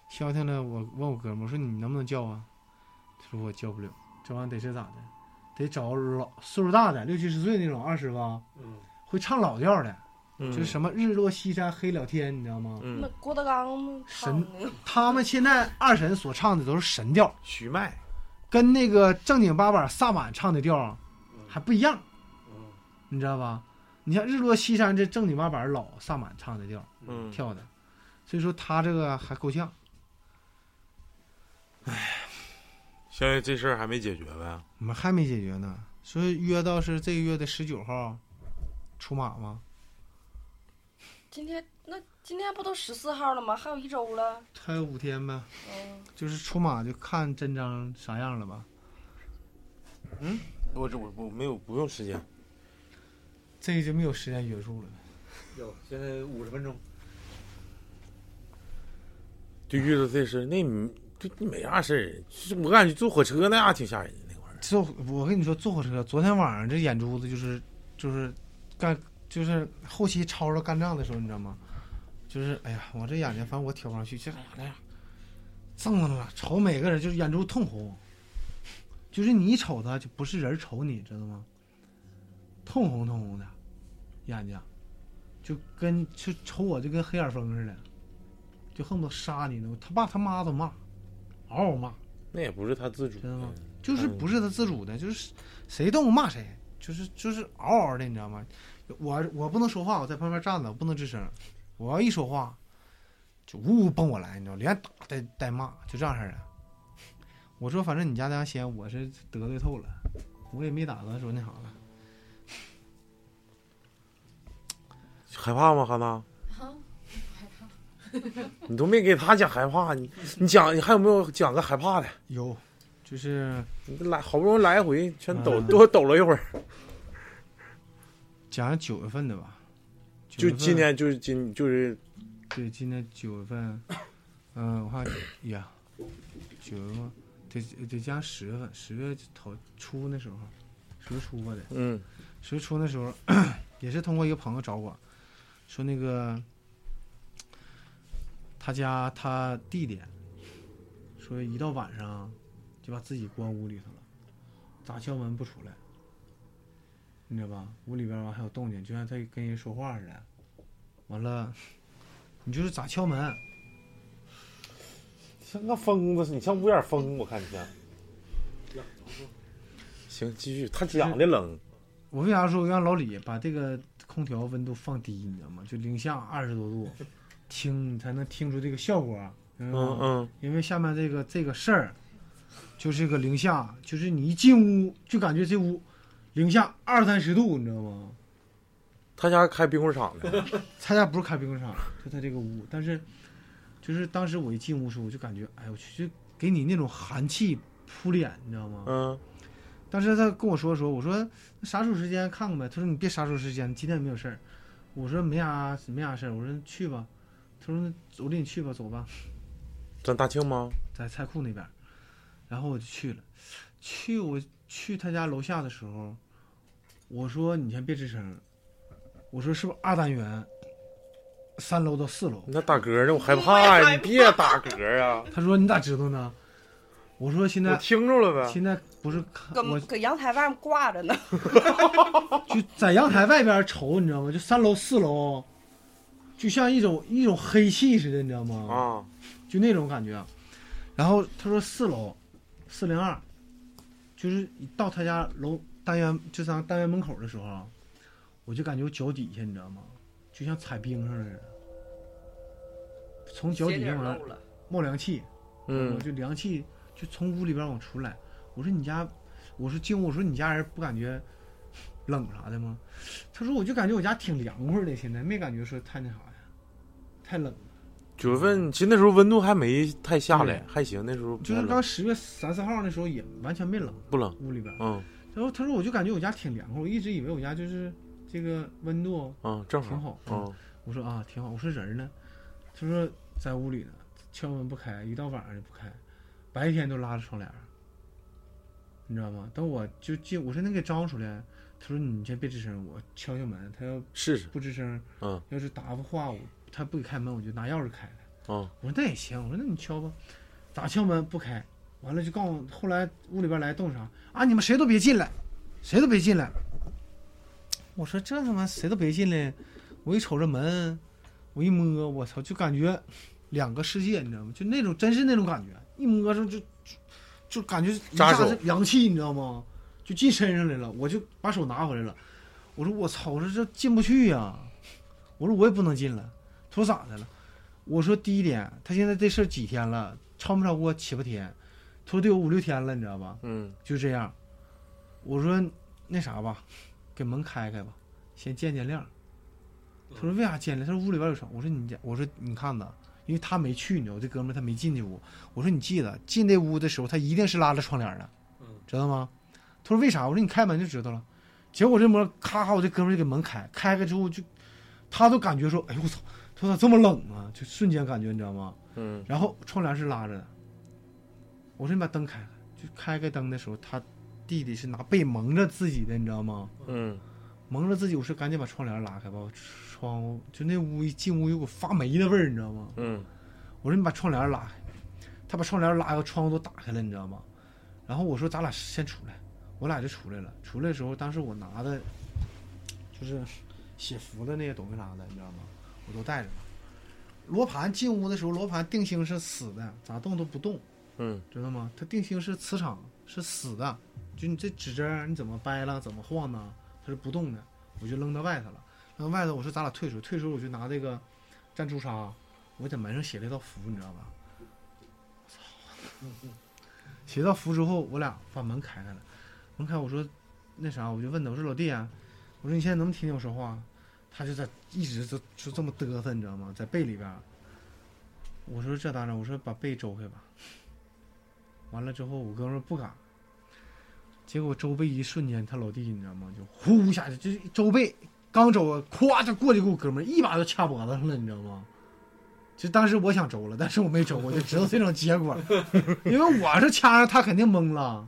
S6: 消停了。我问我哥们儿我说你能不能叫啊？他说我叫不了，这玩意儿得是咋的？得找老岁数大的，六七十岁那种二师傅，
S1: 嗯
S6: 会唱老调的，
S4: 嗯
S6: 就是什么日落西山黑了天，你知道吗？
S5: 那
S4: 嗯，
S5: 郭德纲唱的那个
S6: 他们现在二神所唱的都是神调，
S4: 徐迈，
S6: 跟那个正经八板萨满唱的调啊还不一样，
S1: 嗯
S6: 你知道吧？你像日落西山这正经八板老萨满唱的调
S4: 嗯，
S6: 跳的，所以说他这个还够呛，
S4: 现在这事儿还没解决呗？
S6: 你们还没解决呢。所以约到是这个月的十九号出马吗？
S5: 今天那今天不都十四号了吗？还有一周了。
S6: 还有五天呗，
S5: 嗯，
S6: 就是出马就看真章啥样了吧。
S4: 我这我我没有不用时间，
S6: 这个就没有时间约束了。
S1: 有现在五十分钟，
S4: 就遇到这事儿，那你就你没啥事儿，就是我感觉坐火车那样挺吓人的那块儿，
S6: 坐，我跟你说，坐火车，昨天晚上这眼珠子就是就是干就是后期吵着干仗的时候，你知道吗？就是哎呀，我这眼睛反正我挑不上去，这哎呀那样，正着了，瞅每个人就是眼珠通红，就是你一瞅他就不是人瞅你，知道吗？通红通红的眼睛，就跟就瞅我就跟黑眼风似的，就恨不得杀你呢，他爸他妈都骂，嗷嗷骂。
S4: 那也不是他自主
S6: 真的吗
S4: 的，
S6: 就是不是他自主的，就是谁动骂谁，就是就是嗷嗷的，你知道吗？我我不能说话，我在旁边站着，我不能吱声。我要一说话，就呜呜奔我来，你知道，连打带带骂，就这样式儿的。我说，反正你家那西安，我是得罪透了，我也没打算说那啥了。
S4: 害怕吗？哈娜，啊 你都没给他讲害怕，你你讲你还有没有讲个害怕的？
S6: 有，就是
S4: 你来好不容易来一回，全抖
S6: 嗯
S4: 多抖了一会儿，
S6: 讲九月份的吧，九
S4: 就
S6: 月份
S4: 今年就是今就是
S6: 对，今年九月份，嗯、我看呀，九月份得得加十月份，十月头初那时候，十月初吧得，
S4: 嗯
S6: 十月初那时候也是通过一个朋友找我，说那个他家他弟弟，说一到晚上就把自己关屋里头了，咋敲门不出来，你知道吧？屋里边完还有动静，就像他跟人说话似的。完了，你就是咋敲门，
S4: 像个疯子似的，你像有点疯，我看你像。行，继续，他讲的冷，
S6: 我为啥说我让老李把这个空调温度放低，你知道吗？就零下二十多度，听你才能听出这个效果，啊明白吗
S4: 嗯嗯，
S6: 因为下面这个这个事儿，就是个零下，就是你一进屋就感觉这屋零下二三十度，你知道吗？
S4: 他家开冰棍厂的，
S6: 他家不是开冰棍厂，就他这个屋，但是就是当时我一进屋时，候，我就感觉，哎呦我去，就给你那种寒气扑脸，你知道吗？
S4: 嗯，
S6: 当时他跟我说的时候，我说那啥时候时间看看呗。他说你别啥时候时间，今天没有事儿。我说没啥没啥事儿，我说去吧。他说那我领你去吧，走吧，
S4: 咱大庆吗？
S6: 在菜库那边儿。然后我就去了。去我去他家楼下的时候，我说你先别吱声。我说是不是二单元，三楼到四楼？
S4: 那打嗝呢？我害怕呀，你别打嗝 啊！
S6: 他说你咋知道呢？我说现
S4: 我
S6: 在
S4: 听着了呗。
S6: 现在不是看我
S5: 搁搁阳台外面挂着呢。
S6: 就在阳台外边瞅，你知道吗？就三楼、四楼，就像一种一种黑气似的，你知道吗？
S4: 啊，
S6: 就那种感觉。啊然后他说四楼，四零二，就是一到他家楼单元，就咱单元门口的时候，啊我就感觉我脚底下，你知道吗？就像踩冰上了似的，从脚
S5: 鞋
S6: 底
S5: 底
S6: 下
S5: 儿
S6: 往上
S5: 漏了，
S6: 冒凉气。
S4: 嗯
S6: 我，就凉气就从屋里边往出来。我说你家，我说进屋，我说你家人不感觉冷啥的吗？他说我就感觉我家挺凉快的，现在没感觉说太那啥呀，太冷了。
S4: 九月份其实那时候温度还没太下来，还行，那时候不
S6: 就是
S4: 太冷
S6: 刚十月三四号那时候也完全没冷，
S4: 不冷，
S6: 屋里边。
S4: 嗯
S6: 然后他说我就感觉我家挺凉快，我一直以为我家就是这个温度
S4: 嗯，正
S6: 挺
S4: 好，
S6: 好。
S4: 嗯
S6: 我说啊，挺好。我说人儿呢？他说在屋里呢，敲门不开，一到晚上就不开，白天都拉着窗帘儿，你知道吗？等我就进，我说那给招出来，他说你先别吱声，我敲敲门。他要
S4: 试试，
S6: 不吱声，
S4: 嗯，
S6: 要是答不话我，他不给开门，我就拿钥匙开了。
S4: 嗯
S6: 我说那也行，我说那你敲吧，咋敲门不开？完了就告诉我，后来屋里边来动啥啊？你们谁都别进来，谁都别进来。我说这他妈谁都别进来，我一瞅这门，我一摸，我操，就感觉两个世界，你知道吗？就那种真是那种感觉，一摸上就就就感觉一下
S4: 扎手
S6: 子凉气，你知道吗？就进身上来了，我就把手拿回来了。我说我操，我说这进不去呀、我说我也不能进了。他说咋的了？我说第一点，他现在这事儿几天了，超没超过七八天？他说得有五六天了，你知道吧？
S4: 嗯，
S6: 就这样。我说那啥吧，给门开开吧，先见见亮。他说为啥见亮？他说屋里边有床。我说你家，我说你看呐，因为他没去，你知道，这哥们儿他没进这屋。我说你记得进这屋的时候，他一定是拉着窗帘的
S1: 嗯，
S6: 知道吗？他说为啥？我说你开门就知道了。结果这门咔咔，我这哥们儿就给门开，开开之后就，他都感觉说，哎呦我操，他咋这么冷啊？就瞬间感觉你知道吗？
S4: 嗯，
S6: 然后窗帘是拉着的。我说你把灯开开，就开开灯的时候，他弟弟是拿被蒙着自己的，你知道吗？
S4: 嗯，
S6: 蒙着自己，我说赶紧把窗帘拉开吧，窗户就那屋一进屋有股发霉的味儿，你知道吗？
S4: 嗯，
S6: 我说你把窗帘拉开，他把窗帘拉开，窗户都打开了，你知道吗？然后我说咱俩先出来，我俩就出来了。出来的时候，当时我拿的，就是写符的那些东西啥的，你知道吗？我都带着呢。罗盘进屋的时候，罗盘定星是死的，咋动都不动，
S4: 嗯，
S6: 知道吗？它定星是磁场，是死的，就你这指针儿你怎么掰了，怎么晃呢？它是不动的，我就扔到外头了。扔到外头，我说咱俩退出，退出我就拿这个蘸朱砂，我在门上写了一道符，你知道吧？我操！写到符之后，我俩把门开开了，门开我说那啥，我就问他，我说老弟啊，我说你现在能不能听见我说话？他就在一直就就这么嘚瑟，你知道吗？在被里边儿。我说这当然，我说把被周开吧。完了之后，我哥们儿不敢。结果周贝一瞬间，他老弟你知道吗？就呼一下就就是周贝刚走啊，咵就过去给我哥们儿一把就掐脖子上了，你知道吗？就当时我想周了，但是我没周，我就知道这种结果，因为我是掐上他肯定懵了。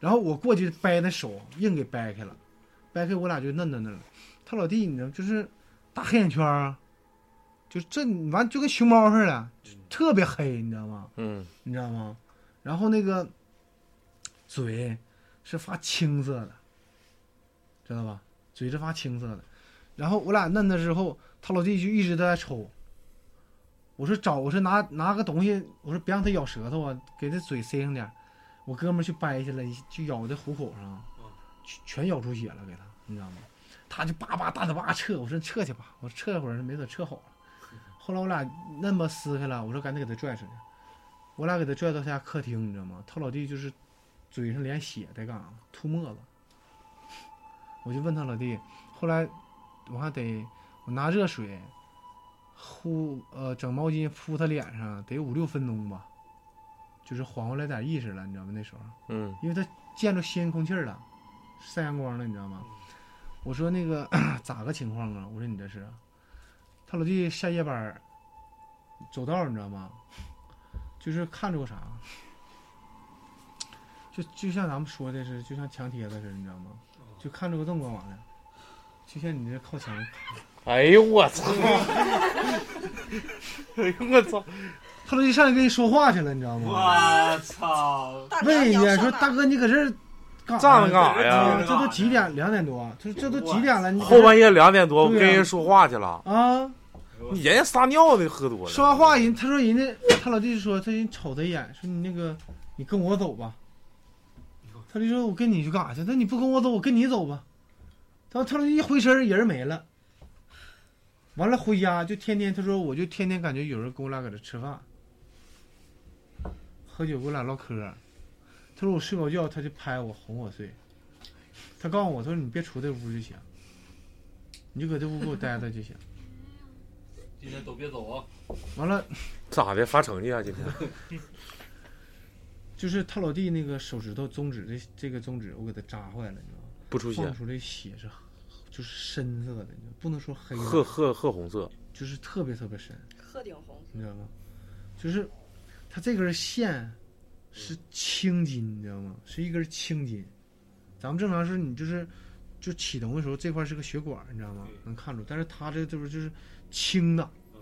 S6: 然后我过去掰他手，硬给掰开了，掰开我俩就嫩嫩嫩了。他老弟你知道就是大黑眼圈儿啊，就这完就跟熊猫似的，就特别黑，你知道吗？
S4: 嗯，
S6: 你知道吗？然后那个嘴是发青色的，知道吧？嘴是发青色的。然后我俩摁的时候，他老弟就一直都在抽。我说找，我说拿拿个东西，我说别让他咬舌头啊，给他嘴塞上点儿。我哥们儿去掰去了，就咬在虎口上
S1: 嗯，
S6: 全全咬出血了，给他，你知道吗？他就叭叭大嘴巴撤，我说撤去吧，我说撤会儿没准撤好了。后来我俩那么撕开了，我说赶紧给他拽出去。我俩给他拽到他家客厅，你知道吗？他老弟就是嘴上连血带干啥，吐沫子。我就问他老弟，后来我还得我拿热水呼呃整毛巾敷他脸上，得有五六分钟吧，就是缓过来点意识了，你知道吗？那时候。
S4: 嗯，
S6: 因为他见着新鲜空气儿了，晒阳光了，你知道吗？
S4: 嗯
S6: 我说那个 咋个情况啊？我说你这是，他老弟下夜班儿走道儿你知道吗？就是看着个啥，就就像咱们说的是，就像墙贴子似的，你知道吗？
S4: 哦
S6: 就看着个这么完了，就像你这靠墙
S4: 哎呦我 操！哎呦我操！
S6: 他老弟上来跟人说话去了，你知道吗？
S1: 我操！
S5: 大
S6: 问人
S5: 娘，你要
S6: 家
S5: 上
S6: 说
S5: 哪
S6: 大哥你搁这儿干啥
S4: 站着
S6: 呢
S4: 干啥
S6: 啊
S4: 呀？
S6: 这都几点？两点多，他说这都几点了？你搁
S4: 后
S6: 这儿
S4: 半夜两点多，我
S6: 对啊
S4: 跟
S6: 呀
S4: 人说话去了，
S6: 啊，
S4: 你人家撒尿的喝多了。
S6: 说完话人，他说人家他老弟就说，他人瞅他一眼，说你那个你跟我走吧。他就说我跟你去干啥去？那你不跟我走，我跟你走吧。他他老弟一回身，人没了。完了回家就天天他说我就天天感觉有人跟我俩搁这吃饭，喝酒跟我俩唠嗑。他说我睡不着觉，他就拍我哄我睡。他告诉我，他说你别出这屋就行，你就搁这屋给我待着就行。
S1: 今天都别走啊！
S6: 完了。
S4: 咋的？发成绩啊？今天？
S6: 就是他老弟那个手指头中指这这个中指，我给他扎坏了，你知道吗？
S4: 不出血
S6: 放，出来血是就是深色的，你知道不能说黑
S4: 褐
S6: 的，
S4: 褐褐红色。
S6: 就是特别特别深，
S5: 鹤顶红，
S6: 你知道吗？就是他这根线是青筋，你知道吗？是一根青筋。咱们正常是你就是就启动的时候，这块是个血管，你知道吗
S1: 对？
S6: 能看出，但是他这就是就是青的
S1: 嗯，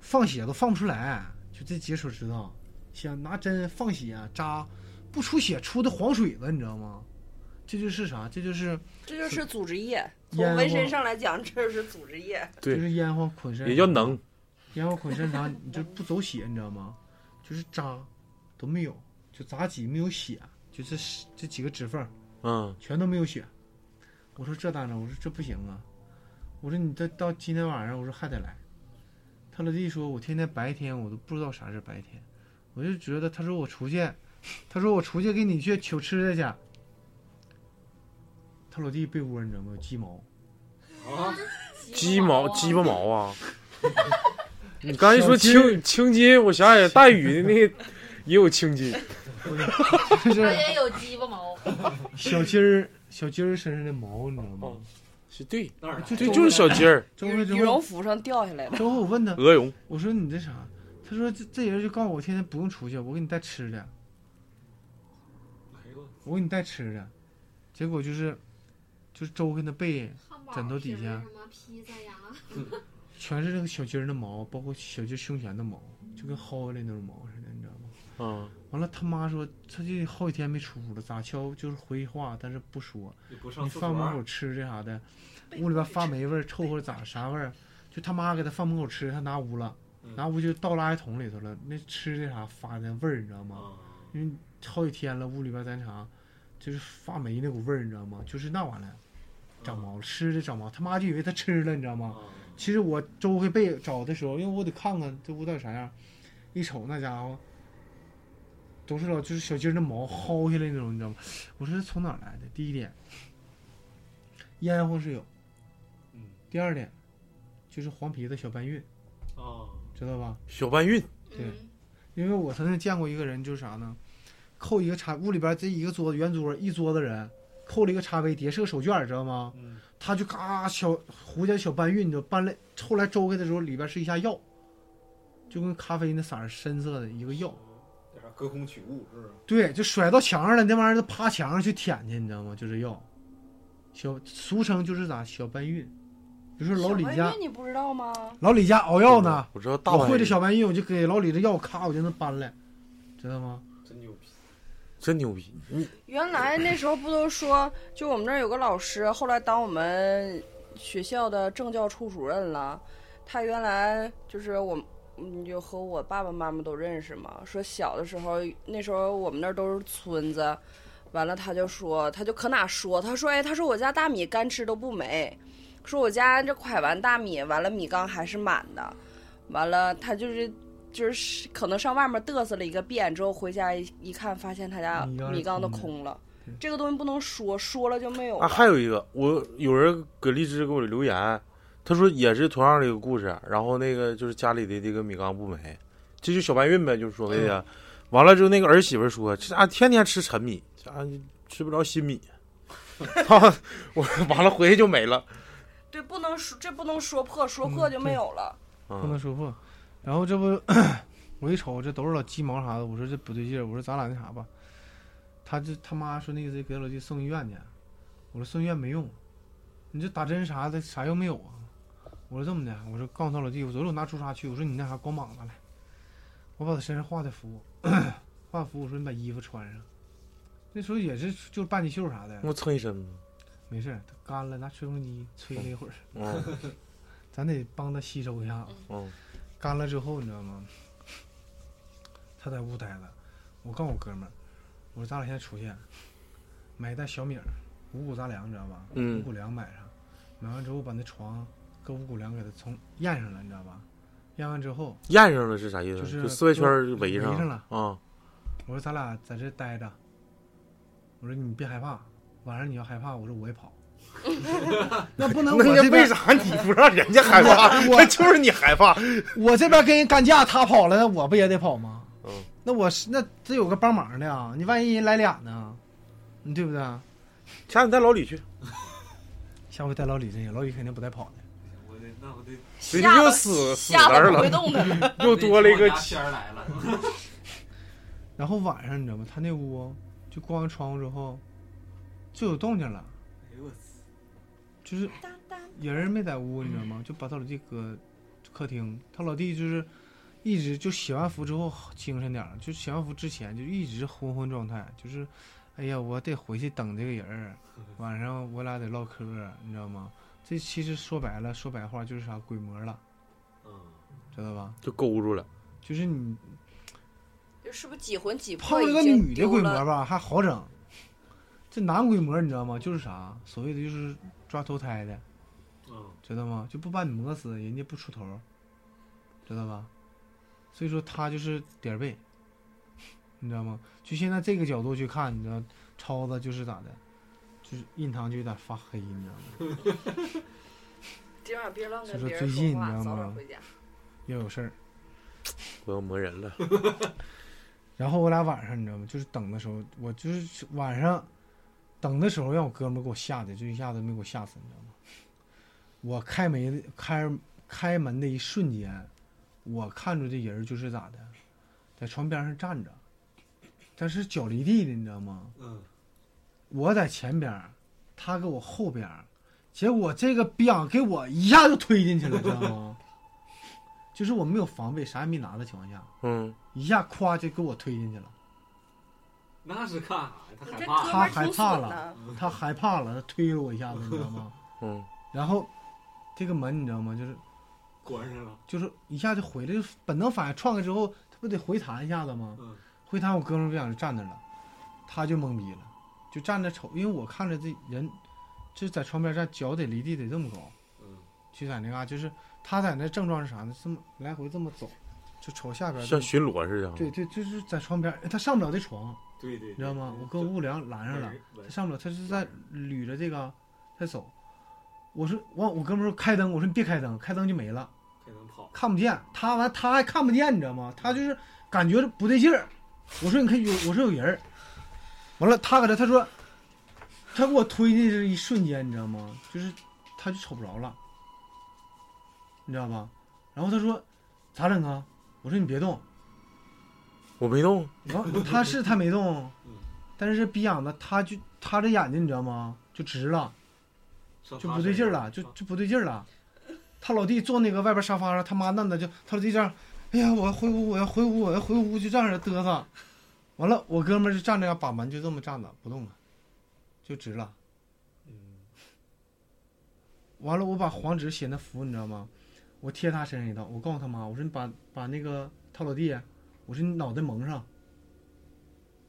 S6: 放血都放不出来，就这解手指头，想拿针放血啊扎，不出血出的黄水子，你知道吗？这就是啥？这就是
S5: 这就是组织液，从纹身
S6: 烟
S5: 上来讲，这是组织业。
S6: 花
S4: 对
S6: 就是烟花捆身，
S4: 也叫能。
S6: 烟花捆身啥，你就不走血，你知道吗？就是扎都没有，就咂几没有血，就这是这几个指缝
S4: 嗯，
S6: 全都没有血。我说这咋整？我说这不行啊！我说你这到今天晚上，我说还得来。他老弟说，我天天白天我都不知道啥是白天，我就觉得他说我出去，他说我出去给你去求吃的去。他老弟被窝你知道吗？有鸡毛，
S1: 啊，
S4: 鸡毛鸡巴毛啊！ 你
S6: 刚
S4: 刚才
S6: 一
S4: 一
S6: 说
S4: 说青青筋，我想起来大禹那 也有青筋，
S6: 就是
S3: 它也有鸡巴毛，
S6: 小鸡儿小鸡儿身上的毛，你知道吗
S4: 哦？是对，
S1: 那儿
S6: 就
S4: 对，就是小鸡儿、
S6: 周回之
S5: 羽
S6: 后
S5: 绒，服上掉下来的，
S6: 周回我问他，
S4: 鹅绒，
S6: 我说你这啥？他说这这人就告诉我天天不用出去，我给你带吃的，我给你带吃的。结果就是，就是周跟他背枕头底下
S7: 什么披萨呀，
S6: 全是那个小鸡儿的毛，包括小鸡儿胸前的毛，就跟薅下来那种毛似的，你知道吗？
S4: 嗯，
S6: 完了他妈说他这好几天没出屋了，咋敲就是回话，但是不说。
S1: 你不
S6: 你
S1: 上厕
S6: 放门口
S1: 所，
S6: 吃的啥的，屋里边发霉味儿，臭或者咋啥味儿，就他妈给他放门口吃，他拿屋了，
S1: 嗯
S6: 拿屋就倒垃圾桶里头了。那吃的啥发的味儿，你知道吗？
S1: 啊，
S6: 因为好几天了，屋里边咱啥，就是发霉那股味儿，你知道吗？就是那完了，
S1: 嗯
S6: 长毛了，吃的长毛，他妈就以为他吃了，你知道吗？
S1: 啊，
S6: 其实我周回被找的时候，因为我得看看这屋到底啥样，一瞅那家伙都是老就是小鸡儿的毛薅下来那种，你知道吗？我说这从哪儿来的？第一点，烟花是有；
S1: 嗯，
S6: 第二点，就是黄皮子小搬运，
S1: 啊，
S6: 知道吧？
S4: 小搬运，
S6: 对，因为我曾经见过一个人，就是啥呢？扣一个茶屋里边这一个桌子圆桌一桌子人，扣了一个茶杯碟，是个手绢儿，知道吗？
S1: 嗯，
S6: 他就嘎小胡家小搬运就搬来，后来周开的时候里边是一下药，就跟咖啡那色儿深色的一个药，
S1: 这啥隔空取物是吧？
S6: 对，就甩到墙上了，那玩意儿就趴墙上去舔去，你知道吗？就这药，小俗称就是咋小搬运，比如说老李
S5: 小
S6: 家
S5: 搬运你不知道吗？
S6: 老李家熬药呢，
S4: 我知道大
S6: 我会
S4: 搬
S6: 这
S4: 运
S6: 小搬运，我就给老李的药咔我就能搬来，知道吗？
S1: 真牛逼，
S4: 真牛逼，你
S5: 原来那时候不都说，就我们这儿有个老师，后来当我们学校的政教处主任了。他原来就是我们，嗯就和我爸爸妈妈都认识嘛。说小的时候，那时候我们那儿都是村子，完了他就说，他就可哪说，他说，哎，他说我家大米干吃都不霉，说我家这快完大米，完了米缸还是满的，完了他就是。就是可能上外面嘚瑟了一个遍之后，回家一一看，发现他家
S6: 米缸是
S5: 米缸都
S6: 空的
S5: 空了
S6: 对。
S5: 这个东西不能说，说了就没有了。
S4: 啊，还有一个，我有人搁荔枝给我留言，他说也是同样的一个故事，然后那个就是家里的这个米缸不霉，这就小搬运呗，就是所
S6: 嗯
S4: 谓的。完了之后，那个儿媳妇说：“这家伙天天吃陈米，这家伙吃不着 新米。啊”我完了回去就没了。
S5: 对，不能说，这不能说破，说破
S6: 嗯
S5: 就
S6: 对
S5: 没有了。
S4: 啊
S6: 不能说破。然后这不， 我一瞅这都是老鸡毛啥的，我说这不对劲儿，我说咱俩那啥吧。他这他妈说那意思给老弟送医院去，我说送医院没用，你这打针啥的啥用没有啊？我说这么的，我说告诉他老弟，我昨天我拿朱砂去，我说你那啥光膀子来，我把他身上画的符， 画符，我说你把衣服穿上。那时候也是就是半截袖啥的，
S4: 我蹭一身。
S6: 没事儿，他干了拿吹风机吹了一会儿，
S4: 嗯
S6: 咱得帮他吸收一下子。啊
S4: 嗯，
S6: 干了之后，你知道吗？他在屋待着，我告诉我哥们儿，我说咱俩现在出去买一袋小米儿，五谷杂粮，你知道吧？
S4: 嗯
S6: 五谷粮买上，买完之后把那床搁五谷粮给它从咽上了，你知道吧？咽完之后，
S4: 验上了是啥意思？
S6: 就是
S4: 就四外圈儿围
S6: 围上了
S4: 啊。
S6: 我说咱俩在这待着，我说你别害怕，晚上你要害怕，我说我也跑。 那不能我
S4: 那
S6: 这
S4: 为
S6: 边
S4: 啥你不让人家害怕？
S6: 我
S4: 那 就是你害怕。
S6: 我这边跟人干架，他跑了，那我不也得跑吗？
S4: 嗯，
S6: 那我是那得有个帮忙的啊，你万一人来俩呢，你对不对？
S4: 下你带老 李去，
S6: 下回带老李这个，老李肯定不带跑的。
S1: 我得那我得
S4: 所以
S5: 吓
S4: 又
S5: 得
S4: 死死
S5: 吓得
S4: 那儿
S5: 不会
S4: 了，
S5: 动弹 了。
S4: 又多了一个
S1: 拿仙儿来了，
S6: 然后晚上你知道吗？他那屋就关完窗户之后，就有动静了，
S1: 哎呦我操，
S6: 就是人没在屋，你知道吗？就把他老弟搁客厅，他老弟就是一直就洗完服之后精神点儿了，就洗完服之前就一直昏昏状态，就是。哎呀，我得回去等这个人儿，晚上我俩得唠嗑儿，你知道吗？这其实说白了，说白话就是啥鬼魔了，
S1: 嗯，
S6: 知道吧？
S4: 就勾住了。
S6: 就是你
S5: 就是不是几魂几魄
S6: 碰一
S5: 已
S6: 个
S5: 经
S6: 女的
S5: 丢
S6: 鬼
S5: 了
S6: 魔吧，还好整。这男鬼魔你知道吗？就是啥，所谓的就是抓投胎的，
S1: 嗯，
S6: 知道吗？就不把你磨死，人家不出头，知道吧？所以说他就是点儿背，你知道吗？就现在这个角度去看，你知道，超子就是咋的，就是印堂就有点发黑，你知道吗？
S5: 今晚别乱
S6: 就
S5: 跟
S6: 是
S5: 别
S6: 最
S5: 人
S6: 近
S5: 说话
S6: 你，知道
S5: 早点
S6: 吗
S5: 回家。
S6: 要有事儿。
S4: 我要磨人 了，
S6: 然后我俩晚上你知道吗？就是等的时候，我就是晚上等的时候，让我哥们儿给我吓的，就一下子没给我吓死，你知道吗？我开门开开门的一瞬间，我看着这人就是咋的，在床边上站着，但是脚离地的，你知道吗？
S1: 嗯，
S6: 我在前边儿，他搁我后边儿，结果这个彪给我一下就推进去了，知道吗？ 就是我没有防备，啥也没拿的情况下，
S4: 嗯，
S6: 一下夸就给我推进去了。
S1: 那是干啥呀？他
S5: 你
S1: 害
S5: 这
S1: 怕呀。
S5: 哥们儿
S6: 他害
S5: 挺
S6: 怕
S5: 损
S6: 了
S5: 的，
S6: 他害怕了，他推了我一下子，你知道吗？
S4: 嗯，
S6: 然后这个门你知道吗？就是
S1: 关上了，
S6: 就是一下就回来，就本能反应撞开之后，他不得回弹一下子吗？
S1: 嗯
S6: 回弹，我哥们儿不想就站那儿了，他就懵逼了，就站着瞅，因为我看着这人就在窗边站，脚得离地得这么高，
S1: 嗯，
S6: 就在那嘎、就是他在那症状是啥呢？这么来回这么走，就瞅下边儿这
S4: 像
S6: 么，
S4: 巡逻似的。
S6: 对，对，就是在窗边儿，他上不了这床，
S1: 对对，
S6: 你知道吗？我搁
S1: 跟
S6: 屋梁拦上了。他上不了，他是在捋着这个在走。我说我我哥们儿说开灯，我说你别开灯，开灯就没了，
S1: 还能跑，
S6: 看不见。他完他还看不见，你知道吗？他就是感觉不对劲儿。我说你看有，我说有人儿。完了，他搁这，他说他给我推进去的一瞬间，你知道吗？就是他就瞅不着了，你知道吧？然后他说咋整啊？我说你别动，
S4: 我没动，
S6: 啊，他是他没动
S1: 嗯，
S6: 但是逼养的他就他这眼睛你知道吗？就直了，
S1: 上
S6: 就
S1: 他
S6: 不对
S1: 身
S6: 劲儿
S1: 上
S6: 了，就
S1: 啊
S6: 就不对劲儿了。他老弟坐那个外边沙发上，他妈弄的就他老弟这样，哎呀，我要回屋，我要回屋，我要回屋，就这样式嘚瑟。完了，我哥们儿就站着把门就这么站着不动了，就直了。
S1: 嗯
S6: 完了，我把黄纸写那符，你知道吗？我贴他身上一道，我告诉他妈，我说你把把那个他老弟，我说你脑袋蒙上。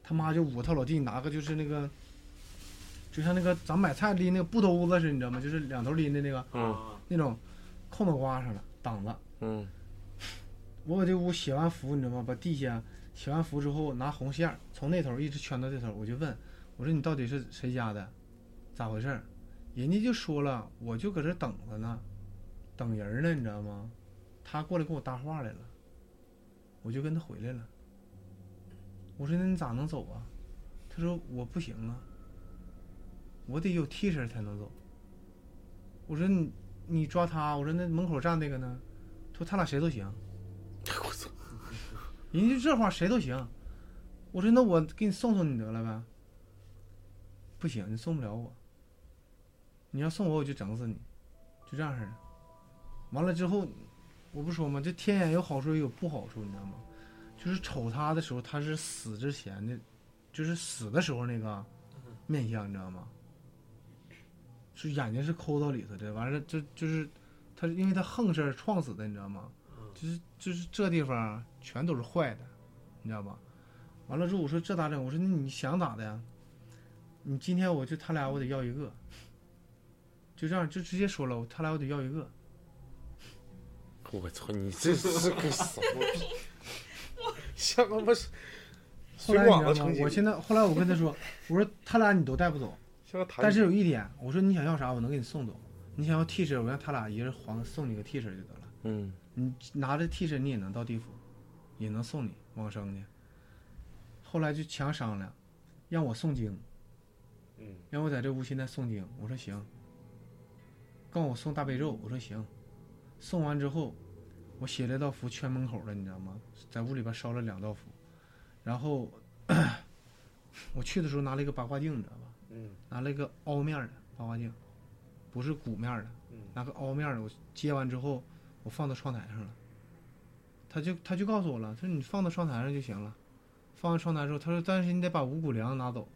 S6: 他妈就捂他老弟，拿个就是那个，就像那个咱买菜拎那个布兜子似的，你知道吗？就是两头拎的那个
S4: 嗯
S1: 啊
S6: 那种，扣脑瓜上了，挡着。
S4: 嗯
S6: 我搁这屋写完符，你知道吗？把地下写完符之后，拿红线儿从那头儿一直圈到这头儿，我就问，我说你到底是谁家的？咋回事儿？人家就说了，我就搁这等着呢，等人儿呢，你知道吗？他过来跟我搭话来了，我就跟他回来了。我说那你咋能走啊？他说我不行啊，我得有替身才能走。我说你你抓他，我说那门口站那个呢？他说他俩谁都行。人家这话谁都行。我说那我给你送送你得了呗。不行，你送不了我。你要送我，我就整死你，就这样式儿的。完了之后，我不说吗？这天眼有好处也有不好处，你知道吗？就是瞅他的时候，他是死之前的，就是死的时候那个面相，你知道吗？是眼睛是抠到里头的，完了就就是他，因为他横事儿撞死的，你知道吗？就是就是这地方全都是坏的，你知道吧？完了之后我说这咋整？我说那你想咋的呀？你今天我就他俩我得要一个，就这样就直接说了，他俩我得要一个。
S4: 我操，你这是个什么？像他妈
S6: 后
S4: 水
S6: 来
S4: 管
S6: 你知道
S4: 子成
S6: 吗？
S4: 精
S6: 我现在后来我跟他说，我说他俩你都带不走，
S4: 像个弹
S6: 但是有一点，我说你想要啥我能给你送走，你想要替身我让他俩一人还送你个替身就得了。
S4: 嗯，
S6: 你拿着替身，你也能到地府，也能送你往生去。后来就强商量，让我诵经，
S1: 嗯，
S6: 让我在这屋现在诵经。我说行。告我诵大悲咒，我说行。送完之后，我写了道符圈门口了，你知道吗？在屋里边烧了两道符，然后 我去的时候拿了一个八卦镜，你知道吧？
S1: 嗯
S6: 拿了一个凹面儿的八卦镜，不是鼓面儿的，
S1: 嗯
S6: 拿个凹面儿的，我接完之后，我放到窗台上了。他就他就告诉我了，他说你放到窗台上就行了，放到窗台之后，他说但是你得把五谷粮拿走，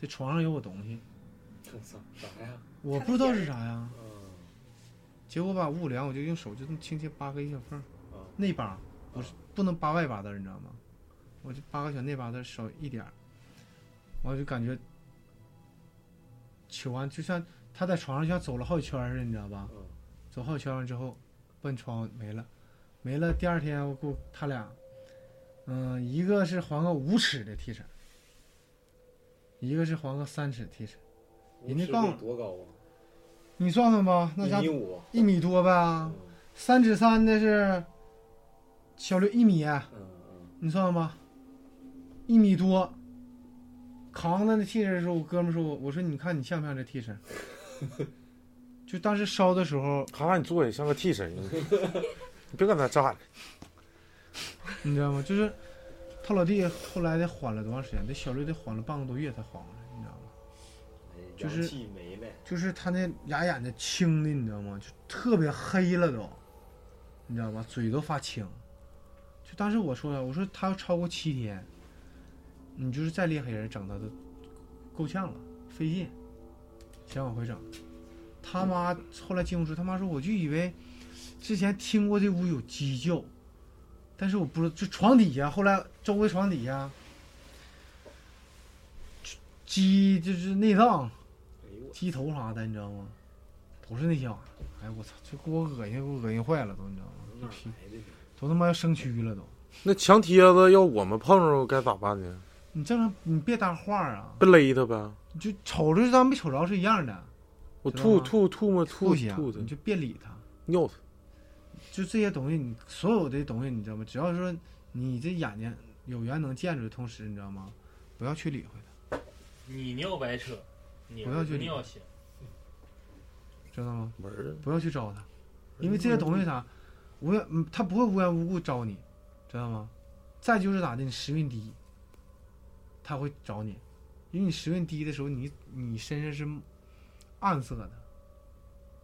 S6: 这床上有我东西，
S1: 我操，啥呀？
S6: 我不知道是啥呀。
S1: 嗯
S6: 结果吧，五五凉我就用手就这么轻轻扒开一小缝儿
S1: 啊，
S6: 内扒不是不能扒外八字儿，你知道吗？我就扒个小内八字儿，手一点儿，我就感觉取完就像他在床上就像走了好几圈儿似的，你知道吧？
S1: 嗯
S6: 走好几圈儿完之后，奔床没了，没了。第二天我给我他俩，嗯、一个是还个五尺的替身，一个是还个三尺的替身。人家告诉
S1: 我多高啊？
S6: 你算算吧，那家
S1: 一米五。
S6: 一米多呗。
S1: 嗯
S6: 三尺三的是小六一米，啊
S1: 嗯
S6: 你算算吧，一米多。扛着那替身的时候，我哥们说我，我说你看你像不像这替身？ 就当时烧的时候，
S4: 他让你坐下像个替身，你 你别搁那站着。
S6: 你知道吗？就是他老弟后来得缓了多长时间？这小六得缓了半个多月才缓过来，你知道吗？
S1: 哎
S6: 就是
S1: 阳气没了。
S6: 就是他那俩眼睛青的，你知道吗？就特别黑了都，你知道吗？嘴都发青。就当时我说了，我说他要超过七天，你就是再厉害人整他都够呛了，费劲，想往回整。他妈后来金红说，他妈说我就以为之前听过这屋有鸡叫，但是我不知道，就床底下，后来周围床底下，鸡就是内脏
S1: 哎呦我，
S6: 鸡头啥的，你知道吗？都是那些玩意儿。哎，我操，就给我恶心，给我恶心坏了都，你知道吗？
S4: 嗯
S1: 哪来的？
S6: 都他妈要生蛆了都。
S4: 那墙贴子要我们碰着该咋办呢？
S6: 你正常，你别搭话啊，
S4: 不勒他呗，
S6: 你就瞅着就当没瞅着是一样的，
S4: 我
S6: 知道
S4: 吐
S6: 吗
S4: 吐吐沫吐嗯
S6: 不行
S4: 吐，他
S6: 你就别理他。
S4: 尿他。
S6: 就这些东西，你所有的东西，你知道吗？只要说你这眼睛有缘能见着的同时，你知道吗？不要去理会他，
S7: 你尿白扯，你
S6: 不要
S7: 儿
S6: 去
S7: 子
S6: 理
S7: 尿行。
S6: 知道吗？
S4: 门儿
S6: 不要去招他，因为这些东西啥，无缘嗯他不会无缘无故招你，知道吗？再就是咋的，你时运低，他会找你，因为你时运低的时候，你你身上是暗色的，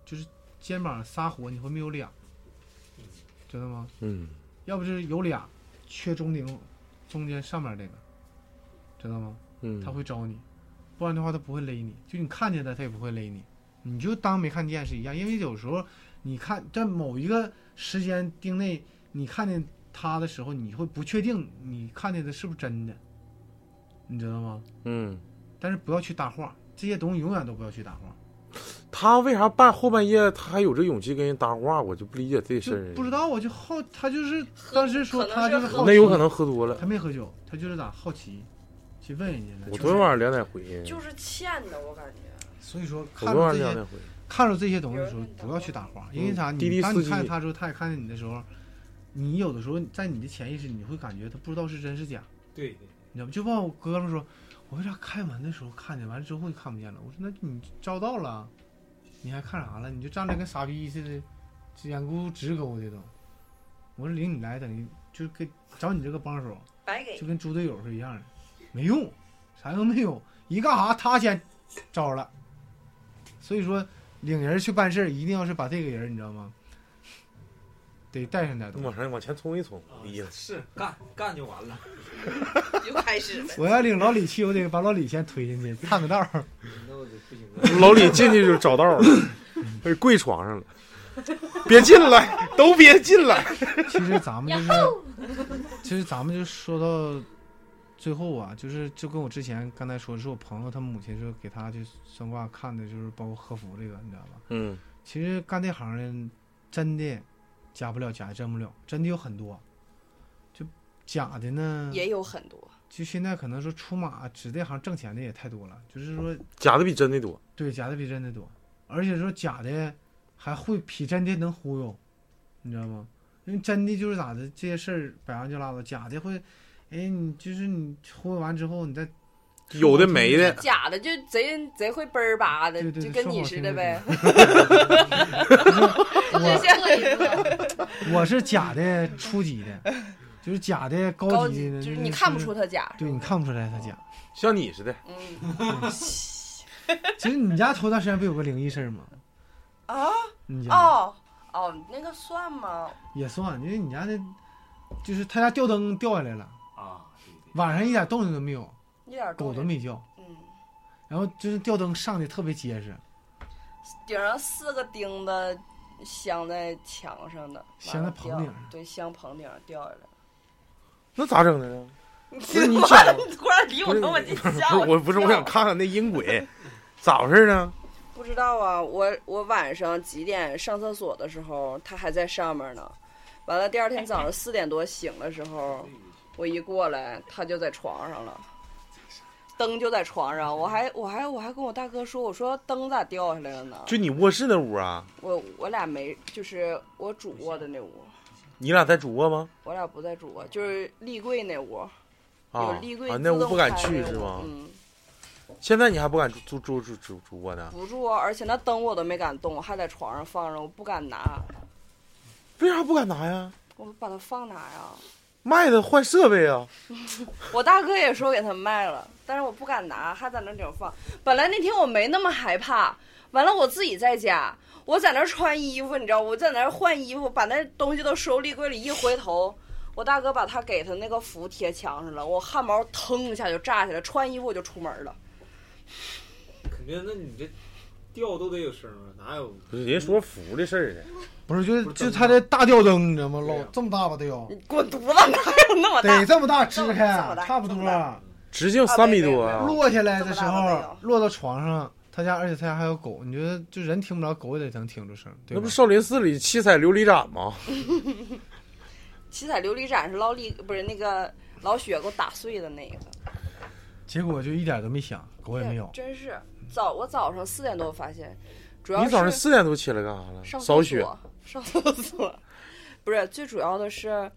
S6: 就是肩膀撒火，你会没有俩，知道吗？
S4: 嗯，
S6: 要不就是有俩，缺中顶中间上面那个，知道吗？
S4: 嗯，
S6: 他会招你，不然的话他不会勒你。就你看见他，他也不会勒你，你就当没看见是一样。因为有时候你看在某一个时间定内，你看见他的时候，你会不确定你看见的是不是真的，你知道吗？
S4: 嗯，
S6: 但是不要去搭话，这些东西永远都不要去搭话，
S4: 他为啥半后半夜他还有这勇气跟人搭话？我就不理解
S6: 就
S4: 这事儿。
S6: 不知道我就好，他就是当时说
S5: 可能
S6: 他就是
S5: 是
S6: 好奇，
S4: 那有可能喝多了
S6: 他。没喝酒，他就是咋好奇去问人家的。
S4: 我昨天晚上两点回，
S5: 就是欠的，我感觉。
S6: 所以说
S4: 我
S6: 看
S4: 昨天
S6: 到
S4: 晚
S6: 这
S4: 上
S6: 些
S4: 两点回，
S6: 看着这些东西的时候，不要去搭话，因为啥？
S4: 嗯滴
S6: 你
S4: 滴司
S6: 当
S4: 机
S6: 你看见他之后，他也看见你的时候，你有的时候在你的潜意识，你会感觉他不知道是真是假，
S1: 对对，
S6: 你知道吗？就问我哥们说，我为啥开门的时候看见，完了之后就看不见了？我说那你招到了，你还看啥了？你就站那跟傻逼似的，眼珠直勾的都。我说领你来，等于就跟找你这个帮手，
S5: 白给
S6: 就跟猪队友是一样的，没用，啥用没有，一干啥他先招了。所以说，领人去办事儿一定要是把这个人，你知道吗？得带上点东西
S4: 往。上往前冲一冲，
S5: 啊
S4: 理了。
S1: 是干干就完了。
S5: 又开始了。
S6: 我要领老李去，我得把老李先推进去，探个道儿。
S1: 那我就不行了。
S4: 老李进去就找道 了，哎跪床上了，别进来，都别进 来。
S6: 其实咱们就是，其实咱们就说到最后啊，就是就跟我之前刚才说，是我朋友他母亲说给他去算卦看的，就是包括和服这个，你知道吧？
S4: 嗯，
S6: 其实干这行的，真的假不了，假的真不了，真的有很多。就假的呢，
S5: 也有很多，
S6: 就现在可能说出马指这行挣钱的也太多了，就是说
S4: 假的比真的多。
S6: 对假的比真的多，而且说假的还会比真的能忽悠，你知道吗？因为真的就是咋的，这些事儿摆完就拉倒，假的会，哎，你就是你忽悠完之后，你再
S4: 有的没的，
S5: 假的就贼贼会嘚儿吧的
S6: 对，对对
S5: 就跟
S6: 说
S5: 你
S6: 好
S5: 似
S6: 听
S5: 的
S6: 就
S5: 呗。
S3: 我做一 个，
S6: 我是假的初级的， 就是假的
S5: 高
S6: 高级
S5: 级
S6: 的，
S5: 就
S6: 就是
S5: 你看不出，他假，
S6: 对你看不出来他假。
S4: 像你似的，
S5: 嗯，
S6: 其实你家头段时间不有个灵异事儿吗？
S5: 啊，
S6: 你家、
S5: 哦
S6: 嗯
S5: 哦，那个算吗？
S6: 也算，因为你家那，就是他家吊灯掉下来了，
S1: 啊，对对，
S6: 晚上一点动静都没有，
S5: 一点儿
S6: 狗
S5: 动
S6: 都
S5: 静，
S6: 没叫，
S5: 嗯，
S8: 然后就是吊灯上的特别结实，
S5: 顶上四个钉子镶在墙上的，
S8: 镶在棚顶上
S5: 完了掉对，镶棚顶上掉下来了。
S4: 那咋整的 呢？
S5: 你
S4: 是你
S5: 他妈 突然离我那么近，
S4: 不
S5: 吓
S4: 是，我不是，
S5: 一
S4: 我
S5: 跳
S4: 想看看那音轨，咋回事呢？
S5: 不知道啊，我我晚上几点上厕所的时候，他还在上面呢。完了，第二天早上四点多醒的时候，我一过来，他就在床上了，灯就在床上。我还我还我还跟我大哥说，我说灯咋掉下来了呢？
S4: 就你卧室那屋啊？
S5: 我我俩没，就是我主卧的那屋，
S4: 你俩在主卧吗？
S5: 我俩不在主卧，就是立柜那屋，有
S4: 啊
S5: 立柜
S4: 啊，
S5: 自
S4: 那
S5: 动开那
S4: 屋不敢去是
S5: 屋
S4: 吗？
S5: 嗯，
S4: 现在你还不敢住住住住主卧呢？
S5: 不住啊，而且那灯我都没敢动，还在床上放着，我不敢拿，
S4: 为啥不敢拿呀？
S5: 我把它放哪呀？
S4: 卖的换设备啊！
S5: 我大哥也说给他卖了，但是我不敢拿，还在那顶放。本来那天我没那么害怕，完了我自己在家，我在那儿穿衣服，你知道，我在那儿换衣服，把那东西都收立柜里，一回头。我大哥把他给他那个符贴墙上了，我汗毛腾一下就炸起来，穿衣服我就出门了。
S1: 肯定，那你这掉都得有声啊，哪有？
S4: 不是人家说服的事儿啊呢，
S6: 不是，就是
S1: 不是
S6: 就他这大吊灯，你知道吗？
S1: 对
S6: 老
S1: 呀
S6: 这么大吧，得有
S5: 你，滚犊子，哪有那么大
S6: 得？这么大支
S5: 这么
S6: 开，
S5: 大
S6: 差不
S5: 这
S6: 多
S5: 么。大
S4: 直径三米多
S5: 啊
S4: 啊！
S6: 落下来的时
S5: 这么大都没
S6: 候
S5: 有，
S6: 落到床上，他家而且他家还有狗，你觉得就人听不着，狗也得能听出声，对
S4: 那
S6: 吧
S4: 不是少林寺里七彩琉璃盏吗？
S5: 七彩琉璃盏是老李不是那个老雪给我打碎的那个。
S6: 结果就一点都没响，狗也没有。
S5: 真是早，我早上四点多发现，主要
S4: 你早上
S5: 是
S4: 四点多起来干啥了？
S5: 上厕
S4: 扫雪。
S5: 所，上厕所，不是最主要的是，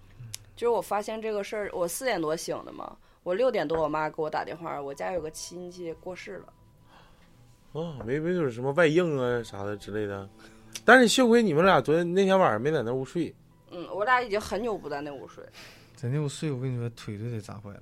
S5: 就是我发现这个事儿，我四点多醒的嘛，我六点多我妈给我打电话，我家有个亲戚过世了，
S4: 啊，没没准儿什么外应啊啥的之类的。但是幸亏你们俩昨天那天晚上没在那屋睡，
S5: 嗯，我俩已经很久不在那屋睡，
S6: 在那屋睡，我跟你说，腿都得砸坏了。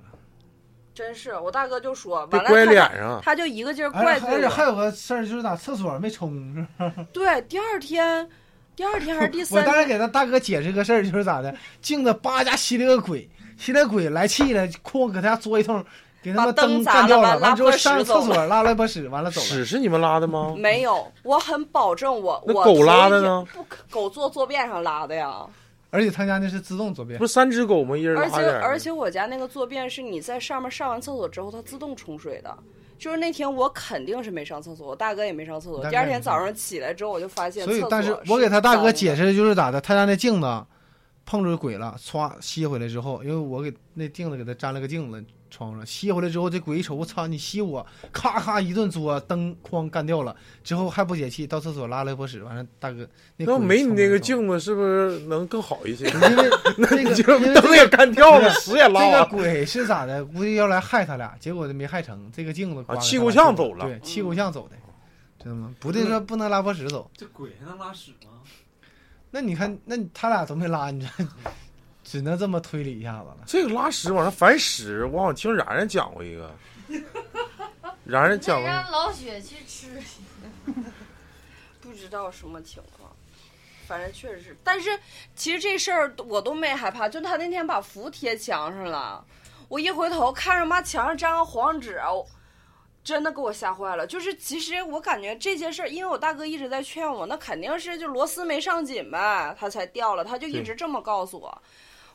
S5: 真是，我大哥就说，
S4: 被
S5: 完了
S4: 拐
S5: 他就
S4: 脸上。
S5: 他就一个劲 儿
S6: 而
S5: 怪
S6: 且而
S5: 罪
S6: 且
S5: 我，
S6: 哎还有个事儿，就是打厕所没冲，是吧
S5: 对，第二天，第二天还是第
S6: 我
S5: 三
S6: 当时
S5: 天，
S6: 给他大哥解释个事儿，就是咋的，镜子叭一下吸了个鬼，吸了鬼来气了，哐搁他家作一通，给他
S5: 把
S6: 们
S5: 灯砸
S6: 干掉
S5: 了
S6: 了，
S5: 拉
S6: 完之后
S5: 泼屎
S6: 上
S5: 走
S6: 厕所拉了一泼屎，完了走了。
S4: 屎是你们拉的吗？
S5: 没有，我很保证我
S4: 那
S5: 我
S4: 狗
S5: 头
S4: 拉
S5: 一
S4: 的
S5: 天
S4: 呢？
S5: 不可，狗坐坐便上拉的呀。
S6: 而且他家那是自动坐便
S4: 不，是三只狗吗？一人
S5: 而
S4: 拉
S5: 且
S4: 点儿。
S5: 而且我家那个坐便是你在上面上完厕所之后，它自动冲水的。就是那天我肯定是没上厕所，我大哥也没上厕
S6: 你
S5: 所。
S6: 大哥
S5: 第二天早上起来之后，我就发现
S6: 所
S5: 厕
S6: 以
S5: 所。
S6: 但是我给他大哥解，释就是咋的，他家那镜子碰着鬼了，唰吸回来之后，因为我给那镜子给他粘了个镜子窗上，吸回来之后，这鬼一瞅，我操，你吸我，咔咔一顿作，灯哐干掉了，之后还不解气，到厕所拉了一泼屎，完了大哥那鬼
S4: 那没你
S6: 冲
S4: 那
S6: 了
S4: 个
S6: 一通。
S4: 镜子是不是能更好一些？
S6: 因 为那个，因为这
S4: 灯也干掉了，屎也拉
S6: 这个
S4: 了。
S6: 鬼是咋的？估计要来害他俩，结果就没害成。这个镜子刮
S4: 啊
S6: 了
S4: 气
S6: 他俩
S4: 够呛走了嗯
S6: 对，气够呛走的，知道吗？不对，说不能拉泼屎走。
S1: 这鬼还能拉屎吗？
S6: 那你看，那你他俩都没拉，你 这只能这么推理一下子了。
S4: 这个拉屎往上反屎，我好像听冉冉讲过一个，冉冉讲
S3: 得
S4: 过。
S3: 让老雪去吃。
S5: 不知道什么情况，反正确实是。但是其实这事儿我都没害怕，就他那天把符贴墙上了，我一回头看着妈墙上粘个黄纸，我真的给我吓坏了。就是其实我感觉这件事儿，因为我大哥一直在劝我，那肯定是就螺丝没上紧呗，他才掉了，他就一直这么告诉我。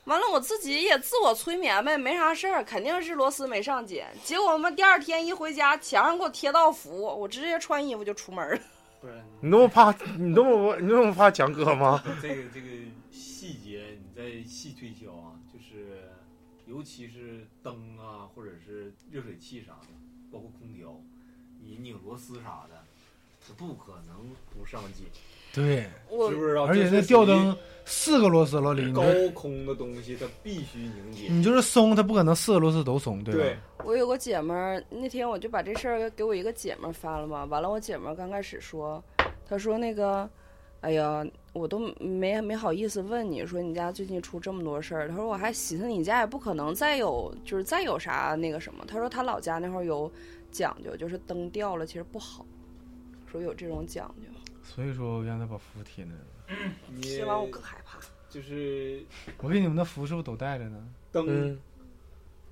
S5: 完了，我自己也自我催眠呗，没啥事儿，肯定是螺丝没上紧。结果我们第二天一回家，墙上给我贴道符，我直接穿衣服就出门了。
S1: 不然你
S4: 你那么怕，你那么你那么怕强哥吗？
S1: 这个这个细节你再细推敲啊，就是尤其是灯啊，或者是热水器啥的，包括空调，你拧螺丝啥的，它不可能不上紧，
S6: 对，
S5: 我
S1: 知不
S4: 哦
S1: 知道？
S6: 而且那吊灯四个螺丝老李，你
S1: 高
S6: 就
S1: 空的东西它必须拧紧，
S6: 你就是松，它不可能四个螺丝都松，嗯对吧？
S1: 对，
S5: 我有个姐们儿，那天我就把这事儿给我一个姐们儿发了嘛。完了，我姐们儿刚开始说，她说那个，哎呀，我都没没好意思问你说你家最近出这么多事儿。她说我还寻思你家也不可能再有就是再有啥那个什么。她说她老家那会儿有讲究，就是灯掉了其实不好，说有这种讲究。
S6: 所以说我让他把符贴那儿了。
S1: 你
S5: 听完我更害怕。
S1: 就是
S6: 我给你们的符是不是都带着呢？
S1: 灯
S4: 嗯，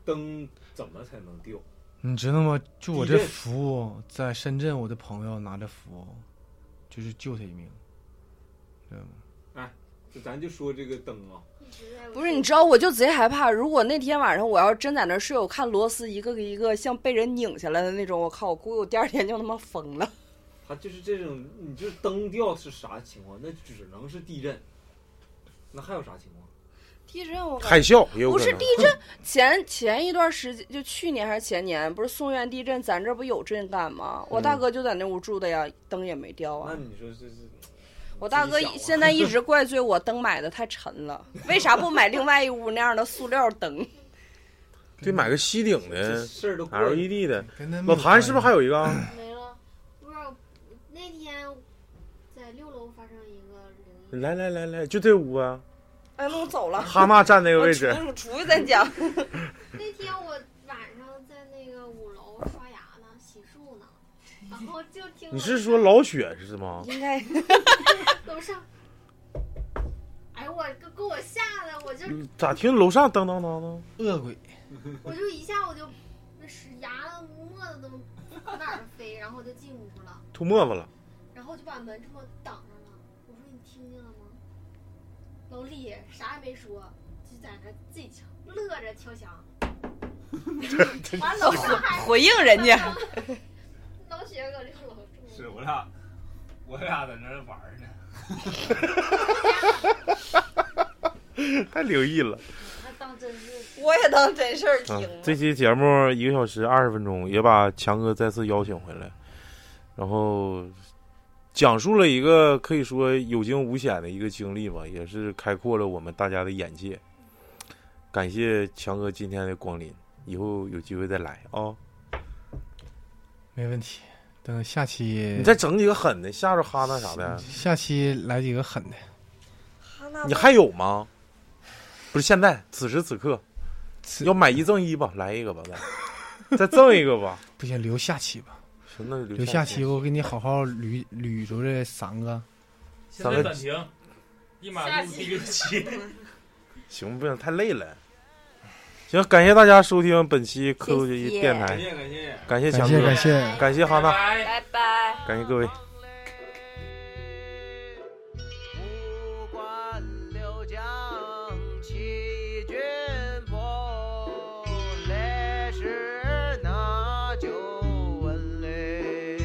S1: 灯怎么才能掉？
S2: 你知道吗？就我这
S1: 地震
S2: 服务，在深圳，我的朋友拿着服务，就是救他一命，知道吗？
S1: 就咱就说这个灯啊，
S5: 不是，你知道，我就贼害怕。如果那天晚上我要真在那儿睡，我看螺丝一个一个像被人拧下来的那种，我靠，我估计我第二天就他妈疯了。
S1: 它就是这种，你就是灯掉是啥情况？那只能是地震，那还有啥情况？
S5: 地震我
S4: 海啸也有
S5: 不
S4: 可
S5: 是
S4: 能
S5: 地。震，前前一段时间就去年还是前年，不是松原地震，咱这不有震感吗？我大哥
S4: 嗯
S5: 就在那屋住的呀，灯也没掉
S1: 那
S5: 啊。
S1: 你说这是？
S5: 我大
S1: 自
S5: 哥
S1: 己想啊
S5: 现在一直怪罪我灯买的太沉了，为啥不买另外一屋那样的塑料灯？
S4: 得买个吸顶
S1: 这
S4: 的
S1: 事儿都过了，
S4: LED 的。
S2: 跟那
S4: 老谭是不是还有一个啊？
S9: 没了，不知道那天在六楼发生一个灵异，
S4: 来来来来，就这屋啊，
S5: 哎，那我走了，
S4: 哈娜站那个
S5: 我
S4: 位
S5: 出
S4: 置。
S5: 我出去再讲。
S9: 那天我晚上在那个五楼刷牙呢，洗漱 呢，然后就听
S4: 你是说老雪是吗？
S5: 应该
S9: 楼上？哎呦我给给我吓得，我就
S4: 嗯咋听楼上当当当当？
S2: 恶鬼？
S9: 我就一下我就那是牙沫子都往哪儿飞，然后我就进屋了。
S4: 吐沫子了，
S9: 然后就把门这么挡上了。我说你听见了吗？老李啥也没说，就在那自己敲，乐着敲墙。完楼上还
S5: 回应人家。
S9: 老雪搁六楼住
S7: 是，我俩，我俩在那儿玩儿呢。
S4: 太灵异了。
S9: 那当真是
S5: 我也当真事儿听
S4: 啊
S5: 了。，
S4: 这期节目一个小时二十分钟，也把强哥再次邀请回来，然后讲述了一个可以说有惊无险的一个经历吧，也是开阔了我们大家的眼界。感谢强哥今天的光临，以后有机会再来啊、
S2: 没问题。等下期
S4: 你再整几个狠的，吓着哈娜啥的，
S2: 下期来几个狠的。
S5: 哈娜
S4: 你还有吗？不是现在，此时此刻
S2: 此
S4: 要买一赠一 吧，来一个吧，再再赠一个吧。
S2: 不行，留下期吧，
S4: 行，那就
S2: 留
S4: 留
S2: 下
S4: 期
S2: 期我给你好好捋捋出这三个。
S7: 现
S4: 咱
S7: 在
S4: 们
S7: 暂停，立马录第六期。
S4: 行，不行，太累了。行，感谢大家收听本期科学
S5: 谢谢
S4: 电
S1: 感
S4: 台，
S1: 谢感谢。
S4: 感谢
S2: 感
S4: 强
S2: 谢
S4: 哥
S2: 感，谢。
S4: 感谢哈娜，
S7: 拜。
S5: 拜拜。
S4: 感谢各位。
S10: 不管刘江欺君不累是那就问嘞。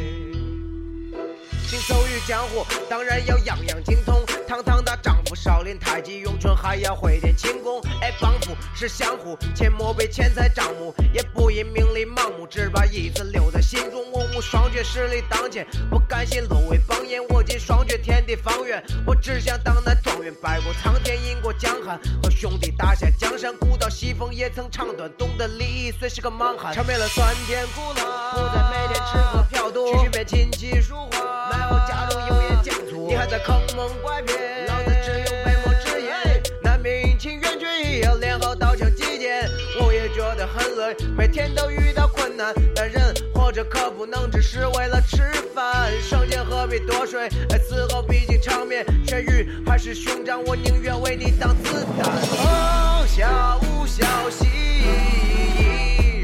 S10: 行走于江湖，当然要样样精通。堂堂大丈夫，少林、太极、咏春，还要会点轻功。哎，帮扶是相互，切莫被钱财障目，也不因名利盲目，只把义字留在心中。文武双绝，实力当前，不甘心沦为榜眼。我今双绝天地方圆，我只想当那状元，拜过苍天，饮过江汉，和兄弟打下江山。古道西风也曾长短，懂得礼义虽是个莽汉。尝遍了酸甜苦辣，不再每天吃喝嫖赌，区区别琴棋书画。买我家中油盐酱醋，你还在坑蒙拐骗，老子只有讳莫之言。难免阴晴圆缺，也要练好刀枪击剑。我也觉得很累，每天都遇到困难，但人活着可不能只是为了吃饭。生前何必多睡？哎，死后毕竟场面，血雨还是熊掌，我宁愿为你当子弹。哦，小午小息。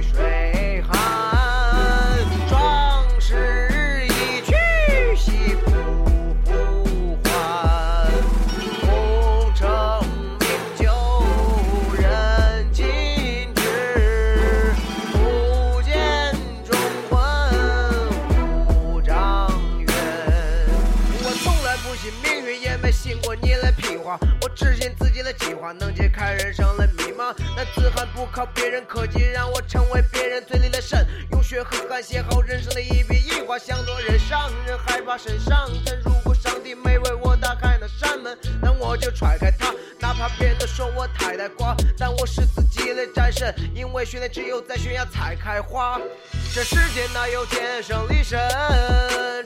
S10: 水寒，壮士一去兮不复还。功成名就人尽知，不见忠魂无丈原。我从来不信命运，也没信过你的屁话。我只信自己的计划能解开人生的迷茫。那自汗不靠别人，科技让我成为别人嘴里的神。用血和汗写好人生的一笔一画，想做人上人，害怕身上尘。如果上帝没为我打开那扇门，那我就踹开它。哪怕别人都说我太呆瓜，但我是自己的战神，因为训练只有在悬崖才开花。这世界哪有天生丽神，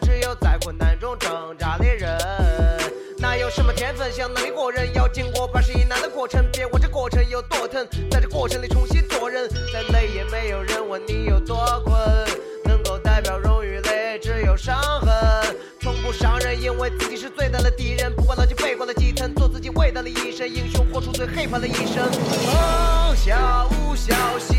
S10: 只有在困难中挣扎的人。哪有什么天分，想能力过人，要经过八十一难的过程。别管这过程有多疼，在这过程里重新做人。再累也没有人问你有多困，能够代表荣誉的只有伤痕。从不伤人，因为自己是最大的敌人。不管老几被惯了基层，做自己伟大的医生，英雄活出最黑怕的一生。哦，小午小息。